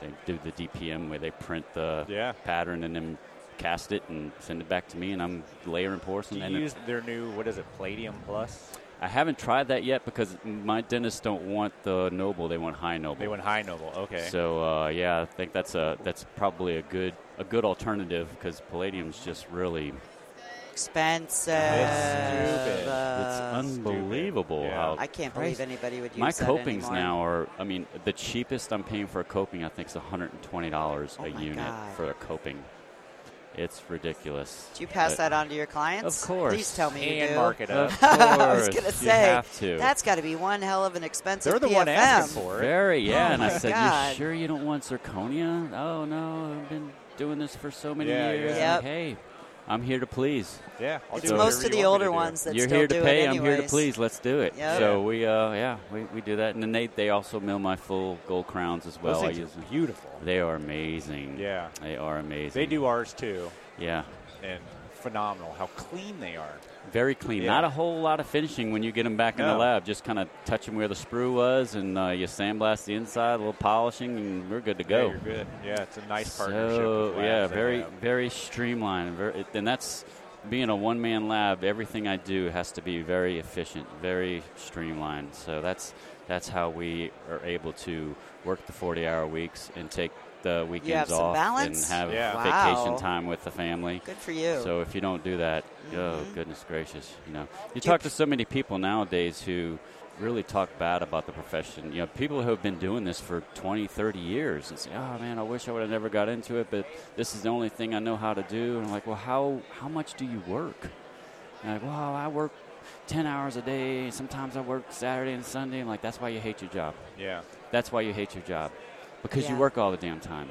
[SPEAKER 8] they do the DPM where they print the
[SPEAKER 1] Yeah.
[SPEAKER 8] pattern and then cast it and send it back to me, and I'm layering
[SPEAKER 1] Do
[SPEAKER 8] porcelain.
[SPEAKER 1] you
[SPEAKER 8] and
[SPEAKER 1] use their new what is it, Palladium Plus?
[SPEAKER 8] I haven't tried that yet because my dentists don't want the noble; they want high noble.
[SPEAKER 1] They went high noble. Okay.
[SPEAKER 8] So uh, yeah, I think that's a that's probably a good a good alternative because palladium's just really
[SPEAKER 7] Expensive.
[SPEAKER 1] It's
[SPEAKER 8] it's
[SPEAKER 7] Uh,
[SPEAKER 8] unbelievable
[SPEAKER 1] Yeah.
[SPEAKER 8] how
[SPEAKER 7] I can't
[SPEAKER 8] Christ.
[SPEAKER 7] believe anybody would use
[SPEAKER 8] my
[SPEAKER 7] that
[SPEAKER 8] copings
[SPEAKER 7] anymore.
[SPEAKER 8] now are I mean the cheapest I'm paying for a coping I think is $120
[SPEAKER 7] Oh
[SPEAKER 8] a
[SPEAKER 7] my
[SPEAKER 8] unit
[SPEAKER 7] God.
[SPEAKER 8] for a coping. It's ridiculous.
[SPEAKER 7] Do you pass
[SPEAKER 8] But-
[SPEAKER 7] that on to your clients?
[SPEAKER 8] Of course.
[SPEAKER 7] Please tell me you
[SPEAKER 1] and
[SPEAKER 7] do.
[SPEAKER 1] mark it up.
[SPEAKER 8] Of
[SPEAKER 7] I was
[SPEAKER 8] course,
[SPEAKER 7] gonna
[SPEAKER 8] you
[SPEAKER 7] say
[SPEAKER 8] have to.
[SPEAKER 7] that's got to be one hell of an expensive.
[SPEAKER 1] They're the
[SPEAKER 7] PFM.
[SPEAKER 1] one asking for it.
[SPEAKER 8] Very, yeah.
[SPEAKER 7] Oh
[SPEAKER 8] and I
[SPEAKER 7] my
[SPEAKER 8] said,
[SPEAKER 7] God.
[SPEAKER 8] You sure you don't want zirconia? Oh, no. I've been doing this for so many
[SPEAKER 1] Yeah,
[SPEAKER 8] years.
[SPEAKER 7] yeah.
[SPEAKER 8] Like, hey, I'm here to please.
[SPEAKER 1] Yeah. I'll
[SPEAKER 7] It's
[SPEAKER 1] do
[SPEAKER 7] most
[SPEAKER 1] whatever
[SPEAKER 7] of
[SPEAKER 1] you
[SPEAKER 7] the
[SPEAKER 1] want
[SPEAKER 7] older
[SPEAKER 1] me to do.
[SPEAKER 7] ones that
[SPEAKER 8] You're
[SPEAKER 7] still
[SPEAKER 8] here
[SPEAKER 7] do
[SPEAKER 8] to
[SPEAKER 7] it
[SPEAKER 8] pay. I'm
[SPEAKER 7] anyways.
[SPEAKER 8] here to please. Let's do it.
[SPEAKER 7] Yep.
[SPEAKER 8] So we, uh, yeah, we, we do that. And then they, they also mill my full gold crowns as well.
[SPEAKER 1] Those
[SPEAKER 8] I
[SPEAKER 1] things
[SPEAKER 8] use them.
[SPEAKER 1] are beautiful.
[SPEAKER 8] They are amazing.
[SPEAKER 1] Yeah.
[SPEAKER 8] They are amazing.
[SPEAKER 1] They do ours too,
[SPEAKER 8] Yeah.
[SPEAKER 1] and phenomenal how clean they are.
[SPEAKER 8] Very clean.
[SPEAKER 1] Yeah.
[SPEAKER 8] Not a whole lot of finishing when you get them back in
[SPEAKER 1] No.
[SPEAKER 8] the lab. Just kind of touch them where the sprue was, and uh, you sandblast the inside, a little polishing, and we're good to go.
[SPEAKER 1] Yeah, you're good. Yeah, it's a nice
[SPEAKER 8] so,
[SPEAKER 1] partnership. with labs um,
[SPEAKER 8] yeah,
[SPEAKER 1] they
[SPEAKER 8] very
[SPEAKER 1] have.
[SPEAKER 8] very streamlined. and Very, and that's being a one man lab. Everything I do has to be very efficient, very streamlined. So that's that's how we are able to work the forty hour weeks and take the weekends
[SPEAKER 7] some
[SPEAKER 8] off
[SPEAKER 7] balance?
[SPEAKER 8] and have
[SPEAKER 1] Yeah.
[SPEAKER 8] vacation
[SPEAKER 7] Wow.
[SPEAKER 8] time with the family.
[SPEAKER 7] Good for you.
[SPEAKER 8] So if you don't do that, oh goodness gracious, you know. You
[SPEAKER 7] Do
[SPEAKER 8] talk
[SPEAKER 7] you-
[SPEAKER 8] to so many people nowadays who really talk bad about the profession. You know, people who have been doing this for 20, 30 years and say, "Oh man, I wish I would have never got into it, but this is the only thing I know how to do." And I'm like, "Well, how how much do you work?" And like, "Well, I work 10 hours a day. Sometimes I work Saturday and Sunday." I'm like, "That's why you hate your job."
[SPEAKER 1] yeah.
[SPEAKER 8] That's why you hate your job, because you
[SPEAKER 7] Yeah.
[SPEAKER 8] work all the damn time.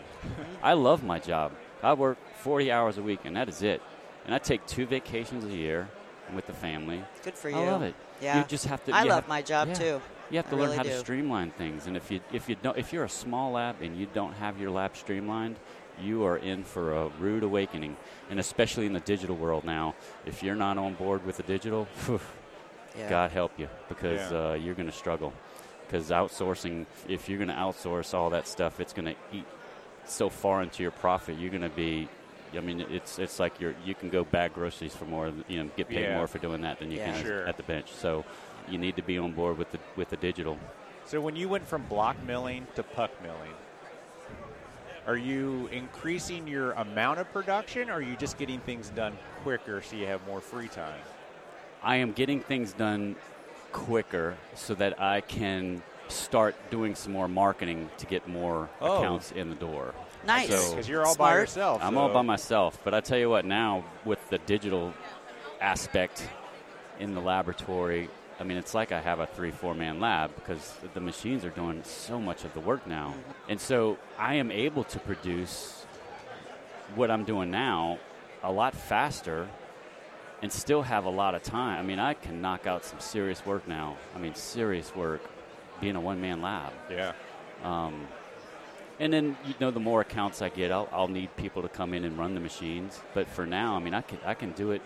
[SPEAKER 8] I love my job. I work 40 hours a week, and that is it. And I take two vacations a year with the family.
[SPEAKER 7] Good for you.
[SPEAKER 8] I love it.
[SPEAKER 7] Yeah.
[SPEAKER 8] You just have to.
[SPEAKER 7] I
[SPEAKER 8] you
[SPEAKER 7] love
[SPEAKER 8] have-
[SPEAKER 7] my job
[SPEAKER 8] yeah.
[SPEAKER 7] too.
[SPEAKER 8] You have
[SPEAKER 7] I
[SPEAKER 8] to learn
[SPEAKER 7] really
[SPEAKER 8] how
[SPEAKER 7] do.
[SPEAKER 8] to streamline things, and if you if you don't if you're a small lab and you don't have your lab streamlined, you are in for a rude awakening. And especially in the digital world now, if you're not on board with the digital,
[SPEAKER 7] Yeah.
[SPEAKER 8] God help you because
[SPEAKER 1] Yeah.
[SPEAKER 8] uh, you're going to struggle. Because outsourcing, if you're going to outsource all that stuff, it's going to eat so far into your profit. You're going to be, I mean, it's it's like you're you can go bag groceries for more, you know, get paid
[SPEAKER 1] Yeah.
[SPEAKER 8] more for doing that than you
[SPEAKER 7] Yeah.
[SPEAKER 8] can
[SPEAKER 1] Sure.
[SPEAKER 8] at the bench. So you need to be on board with the with the digital.
[SPEAKER 1] So when you went from block milling to puck milling, are you increasing your amount of production, or are you just getting things done quicker so you have more free time?
[SPEAKER 8] I am getting things done quicker so that I can start doing some more marketing to get more
[SPEAKER 1] Oh.
[SPEAKER 8] accounts in the door.
[SPEAKER 7] Nice.
[SPEAKER 8] So-
[SPEAKER 1] Because you're all by
[SPEAKER 7] Smart.
[SPEAKER 1] yourself.
[SPEAKER 8] I'm
[SPEAKER 1] so-
[SPEAKER 8] all by myself, but I tell you what, now with the digital aspect in the laboratory, I mean, it's like I have a three, four man lab because the machines are doing so much of the work now. And so I am able to produce what I'm doing now a lot faster and still have a lot of time. I mean, I can knock out some serious work now. I mean, serious work being a one man lab.
[SPEAKER 1] Yeah.
[SPEAKER 8] Um, and then you know, the more accounts I get, I'll, I'll need people to come in and run the machines. But for now, I mean, I can I can do it,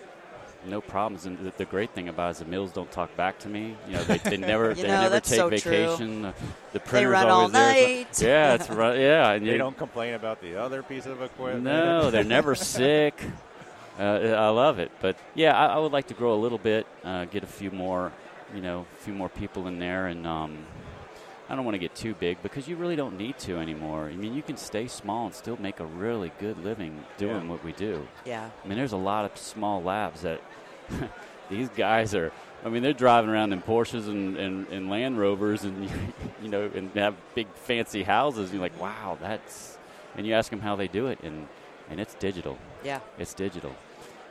[SPEAKER 8] no problems. And the, the great thing about it is the mills don't talk back to me. You know, they, they never
[SPEAKER 7] You
[SPEAKER 8] they
[SPEAKER 7] know,
[SPEAKER 8] never
[SPEAKER 7] that's
[SPEAKER 8] take
[SPEAKER 7] so true.
[SPEAKER 8] vacation. The, the printer's
[SPEAKER 7] run all
[SPEAKER 8] always there.
[SPEAKER 7] night.
[SPEAKER 8] yeah, it's right. Yeah, and
[SPEAKER 1] They
[SPEAKER 8] you-
[SPEAKER 1] don't complain about the other piece of equipment.
[SPEAKER 8] No, they're never sick. Uh, I love it. But yeah, I, I would like to grow a little bit, uh, get a few more, you know, a few more people in there, and um, I don't want to get too big because you really don't need to anymore. I mean, you can stay small and still make a really good living doing what we do.
[SPEAKER 7] Yeah.
[SPEAKER 8] I mean, there's a lot of small labs that these guys are. I mean, they're driving around in Porsches and, and, and Land Rovers, and you know, and have big fancy houses. And you're like, wow, that's. And you ask them how they do it, and and it's digital.
[SPEAKER 7] Yeah.
[SPEAKER 8] It's digital.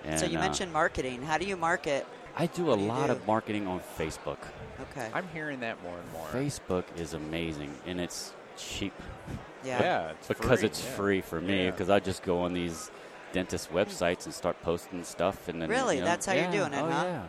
[SPEAKER 8] And,
[SPEAKER 7] so you
[SPEAKER 8] uh,
[SPEAKER 7] mentioned marketing. How do you market?
[SPEAKER 8] I do a
[SPEAKER 7] do you
[SPEAKER 8] lot
[SPEAKER 7] do?
[SPEAKER 8] of marketing on Facebook.
[SPEAKER 7] Okay.
[SPEAKER 1] I'm hearing that more and more.
[SPEAKER 8] Facebook is amazing, and it's cheap
[SPEAKER 7] Yeah.
[SPEAKER 1] Yeah, it's
[SPEAKER 8] because
[SPEAKER 1] free,
[SPEAKER 8] it's
[SPEAKER 1] yeah.
[SPEAKER 8] free for me.
[SPEAKER 1] Yeah.
[SPEAKER 8] Because I just go on these dentist websites and start posting stuff, and then
[SPEAKER 7] Really?
[SPEAKER 8] you know-
[SPEAKER 7] That's how you're
[SPEAKER 8] Yeah.
[SPEAKER 7] doing it,
[SPEAKER 8] oh,
[SPEAKER 7] huh?
[SPEAKER 8] Yeah.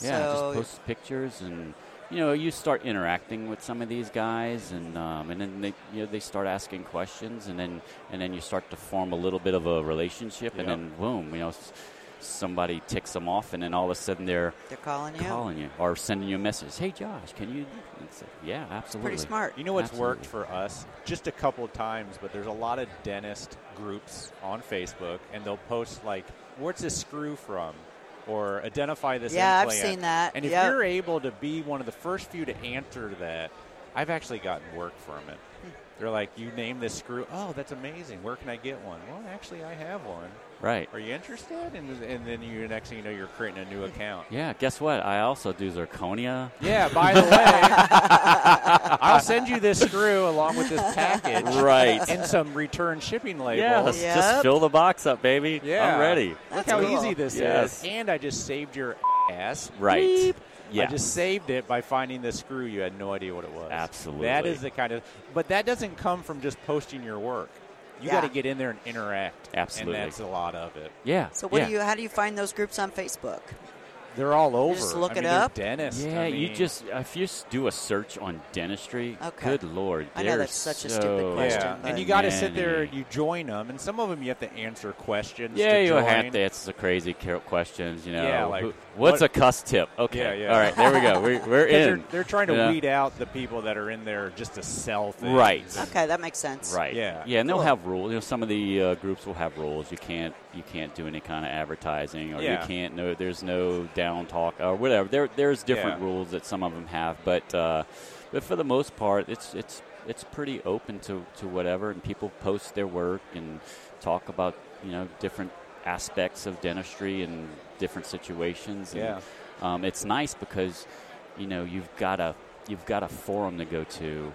[SPEAKER 8] Yeah,
[SPEAKER 7] So-
[SPEAKER 8] just post pictures and you know you start interacting with some of these guys and um, and then they you know they start asking questions and then and then you start to form a little bit of a relationship and
[SPEAKER 1] Yep.
[SPEAKER 8] then boom you know s- somebody ticks them off and then all of a sudden they're
[SPEAKER 7] They're calling you.
[SPEAKER 8] calling you or sending you a message hey Josh can you it's like, yeah absolutely
[SPEAKER 7] Pretty smart.
[SPEAKER 1] You know what's
[SPEAKER 8] Absolutely.
[SPEAKER 1] worked for us? Just a couple of times, but there's a lot of dentist groups on Facebook, and they'll post like, "Where's this screw from?" or "Identify this."
[SPEAKER 7] Yeah, I've
[SPEAKER 1] implant."
[SPEAKER 7] seen that.
[SPEAKER 1] And if
[SPEAKER 7] Yep.
[SPEAKER 1] you're able to be one of the first few to answer that, I've actually gotten work from it. They're like, "You name this screw? Oh, that's amazing. Where can I get one?" Well, actually, I have one.
[SPEAKER 8] right
[SPEAKER 1] Are you interested? And, and then you next thing you know, you're creating a new account.
[SPEAKER 8] yeah guess what I also do zirconia
[SPEAKER 1] Yeah, by the way, I'll send you this screw along with this package.
[SPEAKER 8] Right.
[SPEAKER 1] And some return shipping
[SPEAKER 8] Yes,
[SPEAKER 1] labels.
[SPEAKER 7] Yep.
[SPEAKER 8] just fill the box up, baby.
[SPEAKER 1] Yeah.
[SPEAKER 8] I'm ready.
[SPEAKER 1] Look
[SPEAKER 7] That's
[SPEAKER 1] how
[SPEAKER 7] cool.
[SPEAKER 1] easy this
[SPEAKER 8] Yes.
[SPEAKER 1] is. And I just saved your ass.
[SPEAKER 8] Right.
[SPEAKER 1] Beep. I
[SPEAKER 8] Yeah.
[SPEAKER 1] just saved it by finding this screw. You had no idea what it was.
[SPEAKER 8] Absolutely.
[SPEAKER 1] That is the kind of, but that doesn't come from just posting your work. You
[SPEAKER 7] Yeah.
[SPEAKER 1] got to get in there and interact.
[SPEAKER 8] Absolutely.
[SPEAKER 1] And that's a lot of it.
[SPEAKER 8] Yeah.
[SPEAKER 7] So what
[SPEAKER 8] yeah.
[SPEAKER 7] do you? How do you find those groups on Facebook?
[SPEAKER 1] They're all over.
[SPEAKER 7] just look
[SPEAKER 1] I
[SPEAKER 7] it
[SPEAKER 1] mean, there's
[SPEAKER 7] up?
[SPEAKER 1] Dentists. I
[SPEAKER 8] Yeah, you
[SPEAKER 1] mean-
[SPEAKER 8] just if you s- do a search on dentistry,
[SPEAKER 7] Okay.
[SPEAKER 8] good lord,
[SPEAKER 7] I know
[SPEAKER 8] there's
[SPEAKER 7] that's such a stupid
[SPEAKER 8] so
[SPEAKER 7] question,
[SPEAKER 1] Yeah,
[SPEAKER 7] but-
[SPEAKER 1] and you got to
[SPEAKER 8] many.
[SPEAKER 1] sit there. You join them, and some of them you have to answer questions.
[SPEAKER 8] Yeah,
[SPEAKER 1] to
[SPEAKER 8] you
[SPEAKER 1] join.
[SPEAKER 8] have to answer the crazy car- questions. You know,
[SPEAKER 1] Yeah, like,
[SPEAKER 8] Who- what's
[SPEAKER 1] what-
[SPEAKER 8] a cuss tip? Okay,
[SPEAKER 1] Yeah, yeah.
[SPEAKER 8] all right, there we go. We're, we're
[SPEAKER 1] 'Cause They're,
[SPEAKER 8] in.
[SPEAKER 1] they're trying to
[SPEAKER 8] Yeah.
[SPEAKER 1] weed out the people that are in there just to sell things.
[SPEAKER 8] Right.
[SPEAKER 7] Okay, that makes sense.
[SPEAKER 8] Right.
[SPEAKER 1] Yeah.
[SPEAKER 8] Yeah, and they'll
[SPEAKER 7] Cool.
[SPEAKER 8] have rules. You know, some of the uh, groups will have rules. You can't you can't do any kind of advertising, or
[SPEAKER 1] Yeah.
[SPEAKER 8] you can't no. There's no down talk or whatever. There there's different
[SPEAKER 1] Yeah.
[SPEAKER 8] rules that some of them have, but uh, but for the most part, it's it's it's pretty open to to whatever, and people post their work and talk about you know different aspects of dentistry and different situations. And,
[SPEAKER 1] Yeah.
[SPEAKER 8] Um, it's nice because you know you've got a you've got a forum to go to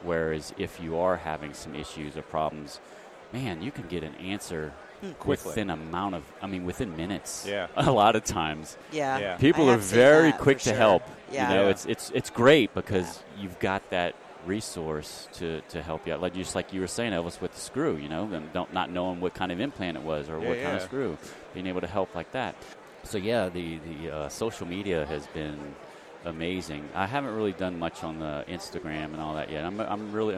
[SPEAKER 8] whereas if you are having some issues or problems man you can get an answer
[SPEAKER 1] Hmm. quickly.
[SPEAKER 8] within amount of i mean within minutes
[SPEAKER 1] Yeah.
[SPEAKER 8] a lot of times
[SPEAKER 7] Yeah.
[SPEAKER 1] Yeah.
[SPEAKER 8] people
[SPEAKER 7] I
[SPEAKER 8] are
[SPEAKER 7] have seen
[SPEAKER 8] very
[SPEAKER 7] that,
[SPEAKER 8] quick
[SPEAKER 7] for
[SPEAKER 8] to
[SPEAKER 7] sure.
[SPEAKER 8] help
[SPEAKER 7] Yeah.
[SPEAKER 8] you know
[SPEAKER 1] Yeah.
[SPEAKER 8] it's it's it's great because you've got that resource to, to help you out like just like you were saying Elvis with the screw you know and don't not knowing what kind of implant it was or
[SPEAKER 1] Yeah,
[SPEAKER 8] what kind of
[SPEAKER 1] yeah.
[SPEAKER 8] screw being able to help like that so yeah the the uh, social media has been amazing I haven't really done much on the Instagram and all that yet I'm I'm really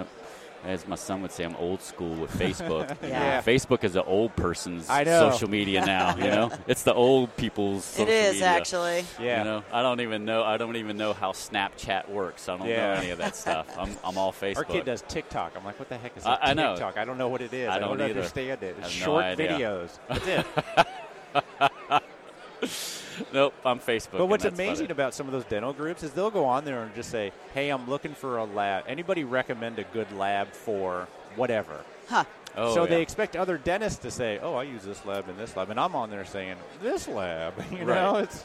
[SPEAKER 8] as my son would say, I'm old school with Facebook. You know,
[SPEAKER 7] Yeah.
[SPEAKER 8] Facebook is the old person's
[SPEAKER 1] I know.
[SPEAKER 8] social media now. You know, it's the old people's.
[SPEAKER 7] It
[SPEAKER 8] Social
[SPEAKER 7] is
[SPEAKER 8] media.
[SPEAKER 7] actually.
[SPEAKER 1] Yeah.
[SPEAKER 8] You know, I don't even know. I don't even know how Snapchat works. I don't
[SPEAKER 1] Yeah.
[SPEAKER 8] know any of that stuff. I'm, I'm all Facebook.
[SPEAKER 1] Our kid does TikTok. I'm like, what the heck is
[SPEAKER 8] I-
[SPEAKER 1] that
[SPEAKER 8] I know.
[SPEAKER 1] TikTok? I don't know what it is.
[SPEAKER 8] I
[SPEAKER 1] I
[SPEAKER 8] don't
[SPEAKER 1] don't,
[SPEAKER 8] either.
[SPEAKER 1] understand
[SPEAKER 8] I
[SPEAKER 1] it.
[SPEAKER 8] have no
[SPEAKER 1] It's short
[SPEAKER 8] idea.
[SPEAKER 1] videos. That's it.
[SPEAKER 8] Nope, I'm Facebook.
[SPEAKER 1] But what's
[SPEAKER 8] and that's
[SPEAKER 1] amazing
[SPEAKER 8] about,
[SPEAKER 1] about some of those dental groups is they'll go on there and just say, "Hey, I'm looking for a lab. Anybody recommend a good lab for whatever?"
[SPEAKER 7] Huh.
[SPEAKER 8] it. oh,
[SPEAKER 1] so
[SPEAKER 8] yeah.
[SPEAKER 1] they expect other dentists to say, "Oh, I use this lab and this lab," and I'm on there saying, "This lab," you know,
[SPEAKER 8] Right.
[SPEAKER 1] it's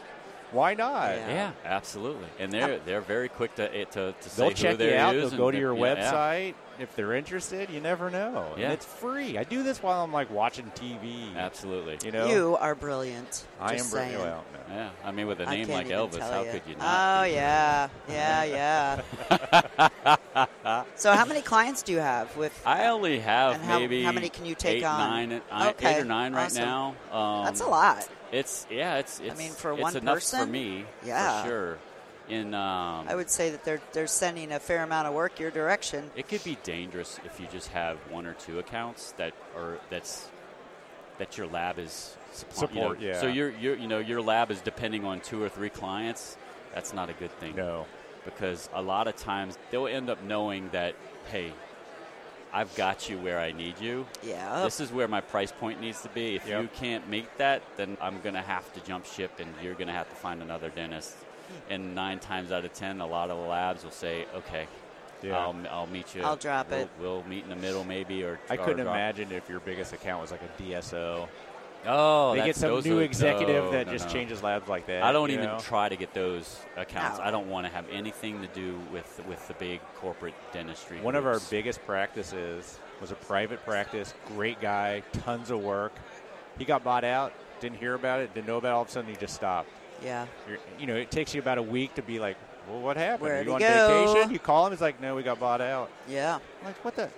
[SPEAKER 1] why not?
[SPEAKER 7] Yeah.
[SPEAKER 8] Yeah, absolutely. And they're they're very quick to eh, to, to say
[SPEAKER 1] Ah. They'll
[SPEAKER 8] who
[SPEAKER 1] check
[SPEAKER 8] they're
[SPEAKER 1] you out. They'll
[SPEAKER 8] using.
[SPEAKER 1] go to your
[SPEAKER 8] Yeah, yeah.
[SPEAKER 1] website if they're interested. You never know,
[SPEAKER 8] Yeah.
[SPEAKER 1] and it's free. I do this while I'm like watching TV.
[SPEAKER 8] Absolutely.
[SPEAKER 1] You know,
[SPEAKER 7] You are brilliant.
[SPEAKER 1] I am
[SPEAKER 7] Just
[SPEAKER 1] bringing
[SPEAKER 7] saying.
[SPEAKER 1] you out now.
[SPEAKER 8] Yeah. I mean, with a
[SPEAKER 7] I
[SPEAKER 8] name
[SPEAKER 7] can't
[SPEAKER 8] like
[SPEAKER 7] even
[SPEAKER 8] Elvis,
[SPEAKER 7] tell
[SPEAKER 8] how
[SPEAKER 7] ya.
[SPEAKER 8] could you not?
[SPEAKER 7] Oh yeah, yeah, yeah. so how many clients do you have with?
[SPEAKER 8] I only have
[SPEAKER 7] And how-
[SPEAKER 8] maybe
[SPEAKER 7] how many can you take
[SPEAKER 8] eight,
[SPEAKER 7] on?
[SPEAKER 8] nine, I- eight
[SPEAKER 7] Okay,
[SPEAKER 8] or nine right
[SPEAKER 7] awesome.
[SPEAKER 8] now. Um,
[SPEAKER 7] that's a lot.
[SPEAKER 8] It's yeah, it's, it's
[SPEAKER 7] mean, for
[SPEAKER 8] it's
[SPEAKER 7] one
[SPEAKER 8] enough for
[SPEAKER 7] person?
[SPEAKER 8] me,
[SPEAKER 7] Yeah.
[SPEAKER 8] for sure. In um,
[SPEAKER 7] I would say that they're they're sending a fair amount of work your direction.
[SPEAKER 8] It could be dangerous if you just have one or two accounts that are that's that your lab is supply- you know.
[SPEAKER 1] Support, yeah.
[SPEAKER 8] So your your you know your lab is depending on two or three clients. That's not a good thing
[SPEAKER 1] No.
[SPEAKER 8] because a lot of times they'll end up knowing that hey, I've got you where I need you.
[SPEAKER 7] Yeah.
[SPEAKER 8] This is where my price point needs to be. If
[SPEAKER 1] Yep.
[SPEAKER 8] you can't meet that, then I'm going to have to jump ship and you're going to have to find another dentist. And nine times out of ten, a lot of the labs will say, okay,
[SPEAKER 1] Yeah.
[SPEAKER 8] I'll, I'll meet you.
[SPEAKER 7] I'll drop
[SPEAKER 8] we'll,
[SPEAKER 7] it."
[SPEAKER 8] We'll meet in the middle maybe. or
[SPEAKER 1] I
[SPEAKER 8] or
[SPEAKER 1] couldn't
[SPEAKER 8] drop-
[SPEAKER 1] imagine if your biggest account was like a DSO.
[SPEAKER 8] Oh,
[SPEAKER 1] they get
[SPEAKER 8] that's-
[SPEAKER 1] some
[SPEAKER 8] those
[SPEAKER 1] new
[SPEAKER 8] are-
[SPEAKER 1] executive
[SPEAKER 8] no,
[SPEAKER 1] that
[SPEAKER 8] no,
[SPEAKER 1] just
[SPEAKER 8] no.
[SPEAKER 1] changes labs like that.
[SPEAKER 8] I don't
[SPEAKER 1] you
[SPEAKER 8] even
[SPEAKER 1] know?
[SPEAKER 8] try to get those accounts.
[SPEAKER 7] No.
[SPEAKER 8] I don't want to have anything to do with with the big corporate dentistry.
[SPEAKER 1] One of our
[SPEAKER 8] groups.
[SPEAKER 1] biggest practices was a private practice. Great guy, tons of work. He got bought out. Didn't hear about it. Didn't know about. it. All of a sudden, he just stopped.
[SPEAKER 7] Yeah.
[SPEAKER 1] You're, you know, it takes you about a week to be like, "Well, what happened?
[SPEAKER 7] Where'd
[SPEAKER 1] Are
[SPEAKER 7] he
[SPEAKER 1] you on
[SPEAKER 7] go?"
[SPEAKER 1] vacation?" You call him. He's like, "No, we got bought out."
[SPEAKER 7] Yeah.
[SPEAKER 1] I'm like, what the?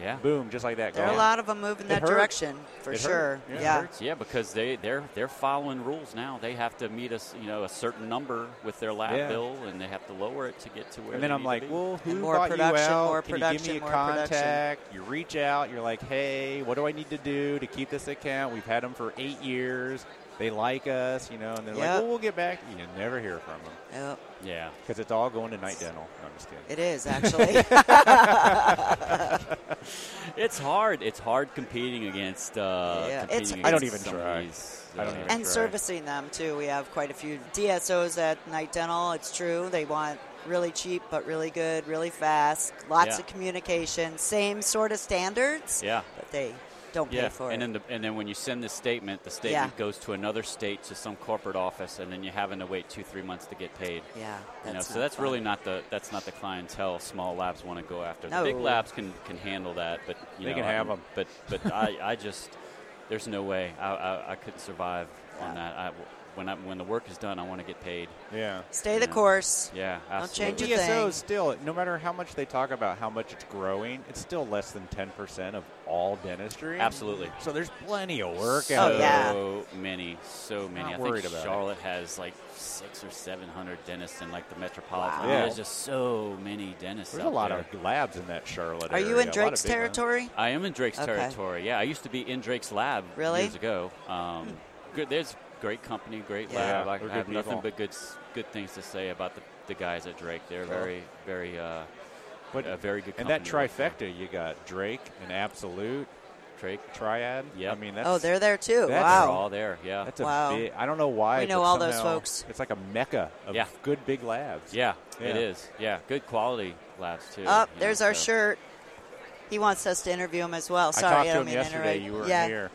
[SPEAKER 8] yeah.
[SPEAKER 1] Boom! Just like that.
[SPEAKER 7] There are a
[SPEAKER 1] gone.
[SPEAKER 7] lot of them moving that
[SPEAKER 1] hurt.
[SPEAKER 7] direction for
[SPEAKER 1] It hurt.
[SPEAKER 7] sure.
[SPEAKER 1] Yeah, it
[SPEAKER 7] Yeah.
[SPEAKER 8] Yeah, because they they're they're following rules now. They have to meet us, you know, a certain number with their lab
[SPEAKER 1] Yeah.
[SPEAKER 8] bill, and they have to lower it to get to where.
[SPEAKER 1] And then
[SPEAKER 8] they
[SPEAKER 1] I'm
[SPEAKER 8] need to
[SPEAKER 1] like,
[SPEAKER 8] be.
[SPEAKER 1] well, who
[SPEAKER 7] And more
[SPEAKER 1] bought
[SPEAKER 7] production,
[SPEAKER 1] you out?
[SPEAKER 7] more
[SPEAKER 1] Can you give
[SPEAKER 7] production,
[SPEAKER 1] me a
[SPEAKER 7] more production.
[SPEAKER 1] contact? You reach out. You're like, hey, what do I need to do to keep this account? We've had them for eight years. They like us, you know, and they're
[SPEAKER 7] Yep.
[SPEAKER 1] like, well, we'll get back. to You You never hear from them
[SPEAKER 7] Yep.
[SPEAKER 8] yeah,
[SPEAKER 1] because it's all going to night dental. No, I'm just kidding.
[SPEAKER 7] It is actually.
[SPEAKER 8] it's hard. It's hard competing against. Uh,
[SPEAKER 7] Yeah,
[SPEAKER 8] competing
[SPEAKER 7] it's-
[SPEAKER 8] against
[SPEAKER 1] I don't even
[SPEAKER 8] some of
[SPEAKER 1] try.
[SPEAKER 8] these,
[SPEAKER 1] I don't
[SPEAKER 8] uh,
[SPEAKER 1] even
[SPEAKER 7] and
[SPEAKER 1] Right.
[SPEAKER 7] servicing them too. We have quite a few DSOs at Night Dental. It's true. They want really cheap, but really good, really fast, lots
[SPEAKER 8] Yeah.
[SPEAKER 7] of communication, same sort of standards,
[SPEAKER 8] Yeah.
[SPEAKER 7] but they don't
[SPEAKER 8] Yeah,
[SPEAKER 7] pay for
[SPEAKER 8] and
[SPEAKER 7] it.
[SPEAKER 8] then the, and then when you send the statement, the statement goes to another state to some corporate office, and then you're having to wait two three months to get paid.
[SPEAKER 7] yeah.
[SPEAKER 8] you know,
[SPEAKER 7] that's
[SPEAKER 8] so
[SPEAKER 7] not
[SPEAKER 8] that's
[SPEAKER 7] fun.
[SPEAKER 8] really not the that's not the clientele small labs want to go after. The
[SPEAKER 7] No.
[SPEAKER 8] big labs can can handle that, but you
[SPEAKER 1] They
[SPEAKER 8] know,
[SPEAKER 1] can have
[SPEAKER 8] I,
[SPEAKER 1] 'em.
[SPEAKER 8] But but I, I just there's no way I I, I couldn't survive on that. I, when I, when the work is done, I want to get paid.
[SPEAKER 1] Yeah.
[SPEAKER 7] Stay the
[SPEAKER 8] Yeah.
[SPEAKER 7] course.
[SPEAKER 8] Yeah,
[SPEAKER 7] change
[SPEAKER 8] absolutely.
[SPEAKER 7] your thing.
[SPEAKER 1] DSOs still, no matter how much they talk about how much it's growing, it's still less than 10% of all dentistry.
[SPEAKER 8] Absolutely.
[SPEAKER 1] So there's plenty of work out
[SPEAKER 7] Oh,
[SPEAKER 8] So
[SPEAKER 7] yeah.
[SPEAKER 8] many, so many.
[SPEAKER 1] Not
[SPEAKER 8] I
[SPEAKER 1] worried
[SPEAKER 8] think
[SPEAKER 1] about it.
[SPEAKER 8] Charlotte has like six or seven hundred dentists in like the metropolitan.
[SPEAKER 1] Wow. Yeah.
[SPEAKER 8] There's just so many dentists.
[SPEAKER 1] There's a
[SPEAKER 8] out
[SPEAKER 1] lot
[SPEAKER 8] there.
[SPEAKER 1] of labs in that Charlotte
[SPEAKER 7] Are
[SPEAKER 1] area.
[SPEAKER 7] you
[SPEAKER 1] a lot
[SPEAKER 7] in
[SPEAKER 1] of
[SPEAKER 7] Drake's
[SPEAKER 1] big ones.
[SPEAKER 7] territory?
[SPEAKER 8] I am in Drake's
[SPEAKER 7] Okay.
[SPEAKER 8] territory. Yeah, I used to be in Drake's lab
[SPEAKER 7] Really?
[SPEAKER 8] years ago. Um, good, there's great company, great
[SPEAKER 7] Yeah.
[SPEAKER 8] lab.
[SPEAKER 1] Yeah,
[SPEAKER 8] I
[SPEAKER 1] they're
[SPEAKER 8] have
[SPEAKER 1] good
[SPEAKER 8] nothing
[SPEAKER 1] people.
[SPEAKER 8] but good s- good things to say about the, the guys at Drake. They're very very uh,
[SPEAKER 1] But
[SPEAKER 8] a very good.
[SPEAKER 1] And
[SPEAKER 8] Company
[SPEAKER 1] that
[SPEAKER 8] to work for.
[SPEAKER 1] trifecta, you got Drake and Absolute
[SPEAKER 8] Drake.
[SPEAKER 1] Triad.
[SPEAKER 8] Yep.
[SPEAKER 1] I mean, that's
[SPEAKER 7] Oh, they're there too.
[SPEAKER 1] that's
[SPEAKER 8] They're
[SPEAKER 7] Wow.
[SPEAKER 8] all there. Yeah.
[SPEAKER 1] that's a
[SPEAKER 7] Wow.
[SPEAKER 1] big. I don't know why.
[SPEAKER 7] We know
[SPEAKER 1] but
[SPEAKER 7] all those
[SPEAKER 1] somehow
[SPEAKER 7] folks.
[SPEAKER 1] It's like a mecca of
[SPEAKER 8] Yeah.
[SPEAKER 1] good big labs.
[SPEAKER 8] yeah,
[SPEAKER 1] Yeah.
[SPEAKER 8] It is. Yeah. Good quality labs too.
[SPEAKER 7] Up
[SPEAKER 8] you know,
[SPEAKER 7] there's our
[SPEAKER 8] so-
[SPEAKER 7] shirt. He wants us to interview him as well.
[SPEAKER 1] I
[SPEAKER 7] Sorry,
[SPEAKER 1] talked to
[SPEAKER 7] don't
[SPEAKER 1] him
[SPEAKER 7] mean to
[SPEAKER 1] yesterday.
[SPEAKER 7] interrupt.
[SPEAKER 1] You were
[SPEAKER 7] yeah.
[SPEAKER 1] here.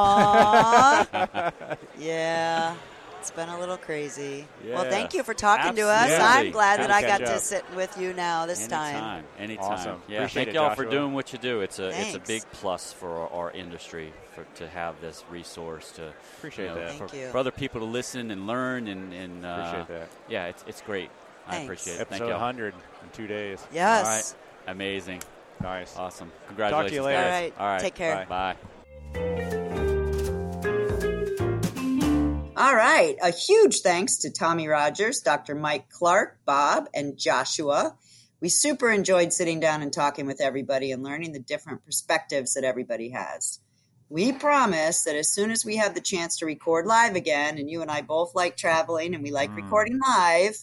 [SPEAKER 7] Aww. yeah. It's been a little crazy. Well,
[SPEAKER 8] Yeah.
[SPEAKER 7] thank you for talking to us.
[SPEAKER 8] Absolutely.
[SPEAKER 7] I'm glad
[SPEAKER 8] Good
[SPEAKER 7] that I
[SPEAKER 1] to
[SPEAKER 7] got
[SPEAKER 1] catch
[SPEAKER 7] to
[SPEAKER 1] up.
[SPEAKER 7] sit with you now this time.
[SPEAKER 8] Anytime, anytime.
[SPEAKER 1] Awesome.
[SPEAKER 8] Yeah,
[SPEAKER 1] Appreciate
[SPEAKER 8] thank
[SPEAKER 1] it,
[SPEAKER 8] y'all for
[SPEAKER 1] Joshua.
[SPEAKER 8] doing what you do. It's a it's
[SPEAKER 7] Thanks.
[SPEAKER 8] a big plus for our, our industry for, to have this resource to
[SPEAKER 1] Appreciate
[SPEAKER 8] you know,
[SPEAKER 1] that.
[SPEAKER 7] Thank
[SPEAKER 8] for,
[SPEAKER 7] you.
[SPEAKER 8] for other people to listen and learn and, and uh,
[SPEAKER 1] Appreciate that.
[SPEAKER 8] Yeah, it's it's great. I
[SPEAKER 7] Thanks.
[SPEAKER 8] appreciate it. Thank
[SPEAKER 1] Episode
[SPEAKER 8] you.
[SPEAKER 1] 100 in two days.
[SPEAKER 7] Yes.
[SPEAKER 8] Amazing,
[SPEAKER 1] Nice.
[SPEAKER 8] awesome. Congratulations,
[SPEAKER 1] later.
[SPEAKER 8] guys.
[SPEAKER 7] All right.
[SPEAKER 8] All right.
[SPEAKER 7] Take care.
[SPEAKER 8] Bye.
[SPEAKER 2] All right. A huge thanks to Tommy Rogers, Dr. Mike Clark, Bob, and Joshua. We super enjoyed sitting down and talking with everybody and learning the different perspectives that everybody has. We promise that as soon as we have the chance to record live again, and you and I both like traveling and we like recording live,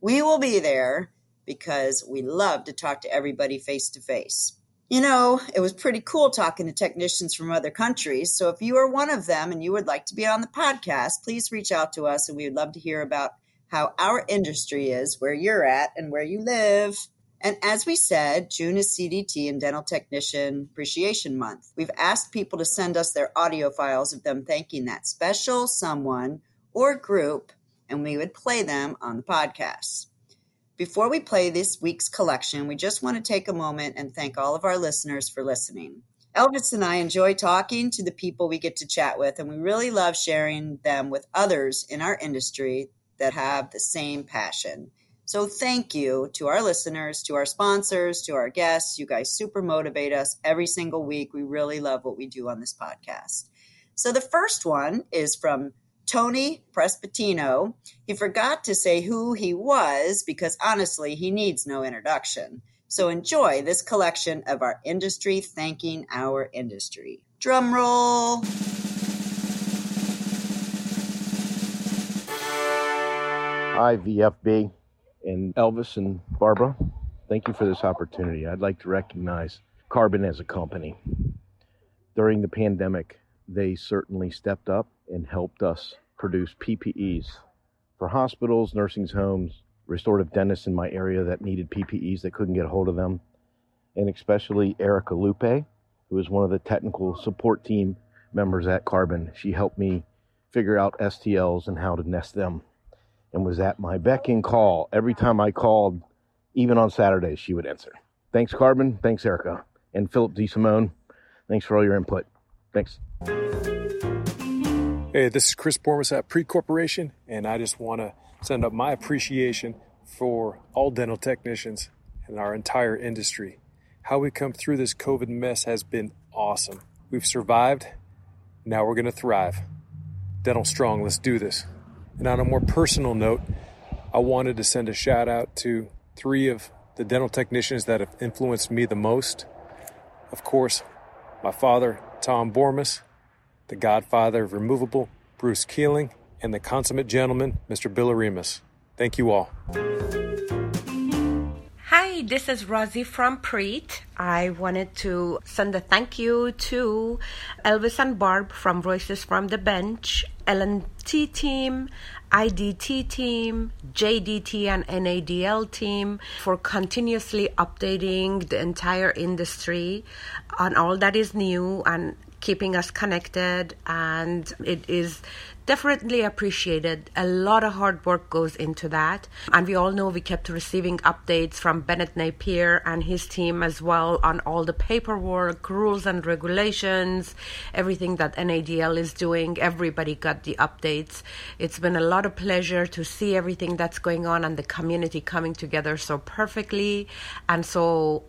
[SPEAKER 2] we will be there because we love to talk to everybody face to face. You know, it was pretty cool talking to technicians from other countries. So if you are one of them and you would like to be on the podcast, please reach out to us and we would love to hear about how our industry is, where you're at, and where you live. And as we said, June is CDT and Dental Technician Appreciation Month. We've asked people to send us their audio files of them thanking that special someone or group, and we would play them on the podcast. Before we play this week's collection, we just want to take a moment and thank all of our listeners for listening. Elvis and I enjoy talking to the people we get to chat with, and we really love sharing them with others in our industry that have the same passion. So, thank you to our listeners, to our sponsors, to our guests. You guys super motivate us every single week. We really love what we do on this podcast. So, the first one is from Tony Prespatino. He forgot to say who he was because honestly, he needs no introduction. So enjoy this collection of our industry thanking our industry. Drum roll.
[SPEAKER 9] Hi, VFB and Elvis and Barbara. Thank you for this opportunity. I'd like to recognize Carbon as a company. During the pandemic, they certainly stepped up and helped us produce PPEs for hospitals, nursing homes, restorative dentists in my area that needed PPEs that couldn't get a hold of them, and especially Erica Lupe, who is one of the technical support team members at Carbon. She helped me figure out STLs and how to nest them and was at my beck and call. Every time I called, even on Saturdays, she would answer. Thanks, Carbon. Thanks, Erica. And Philip D. Simone, thanks for all your input. Thanks.
[SPEAKER 10] Hey, this is Chris Bormas at Pre Corporation, and I just want to send up my appreciation for all dental technicians and our entire industry. How we come through this COVID mess has been awesome. We've survived. Now we're going to thrive. Dental Strong, let's do this. And on a more personal note, I wanted to send a shout out to three of the dental technicians that have influenced me the most. Of course, my father, Tom Bormas, the godfather of removable, Bruce Keeling, and the consummate gentleman, Mr. Billarimus. Thank you all.
[SPEAKER 11] Hi, this is Rosie from Preet. I wanted to send a thank you to Elvis and Barb from Voices from the Bench, LNT team, IDT team, JDT and NADL team for continuously updating the entire industry on all that is new and keeping us connected and it is definitely appreciated a lot of hard work goes into that and we all know we kept receiving updates from bennett napier and his team as well on all the paperwork rules and regulations everything that nadl is doing everybody got the updates it's been a lot of pleasure to see everything that's going on and the community coming together so perfectly and so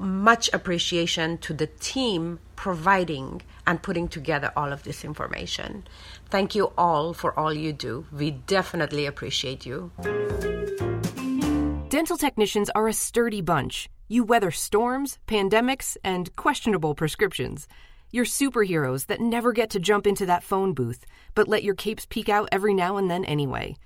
[SPEAKER 11] much appreciation to the team providing and putting together all of this information. Thank you all for all you do. We definitely appreciate you.
[SPEAKER 12] Dental technicians are a sturdy bunch. You weather storms, pandemics, and questionable prescriptions. You're superheroes that never get to jump into that phone booth, but let your capes peek out every now and then anyway.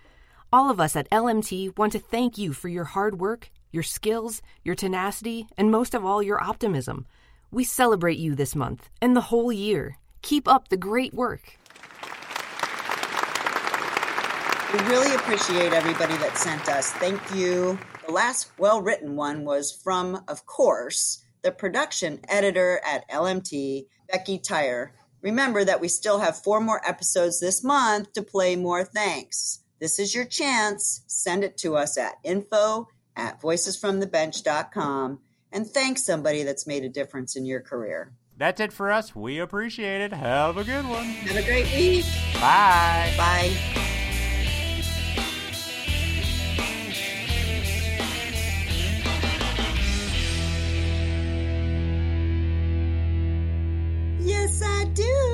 [SPEAKER 12] All of us at LMT want to thank you for your hard work your skills, your tenacity, and most of all, your optimism. We celebrate you this month and the whole year. Keep up the great work.
[SPEAKER 2] We really appreciate everybody that sent us. Thank you. The last well written one was from, of course, the production editor at LMT, Becky Tyre. Remember that we still have four more episodes this month to play more thanks. This is your chance. Send it to us at info at voicesfromthebench.com and thank somebody that's made a difference in your career.
[SPEAKER 5] That's it for us. We appreciate it. Have a good one.
[SPEAKER 2] Have a great week.
[SPEAKER 5] Bye.
[SPEAKER 2] Bye. Yes, I do.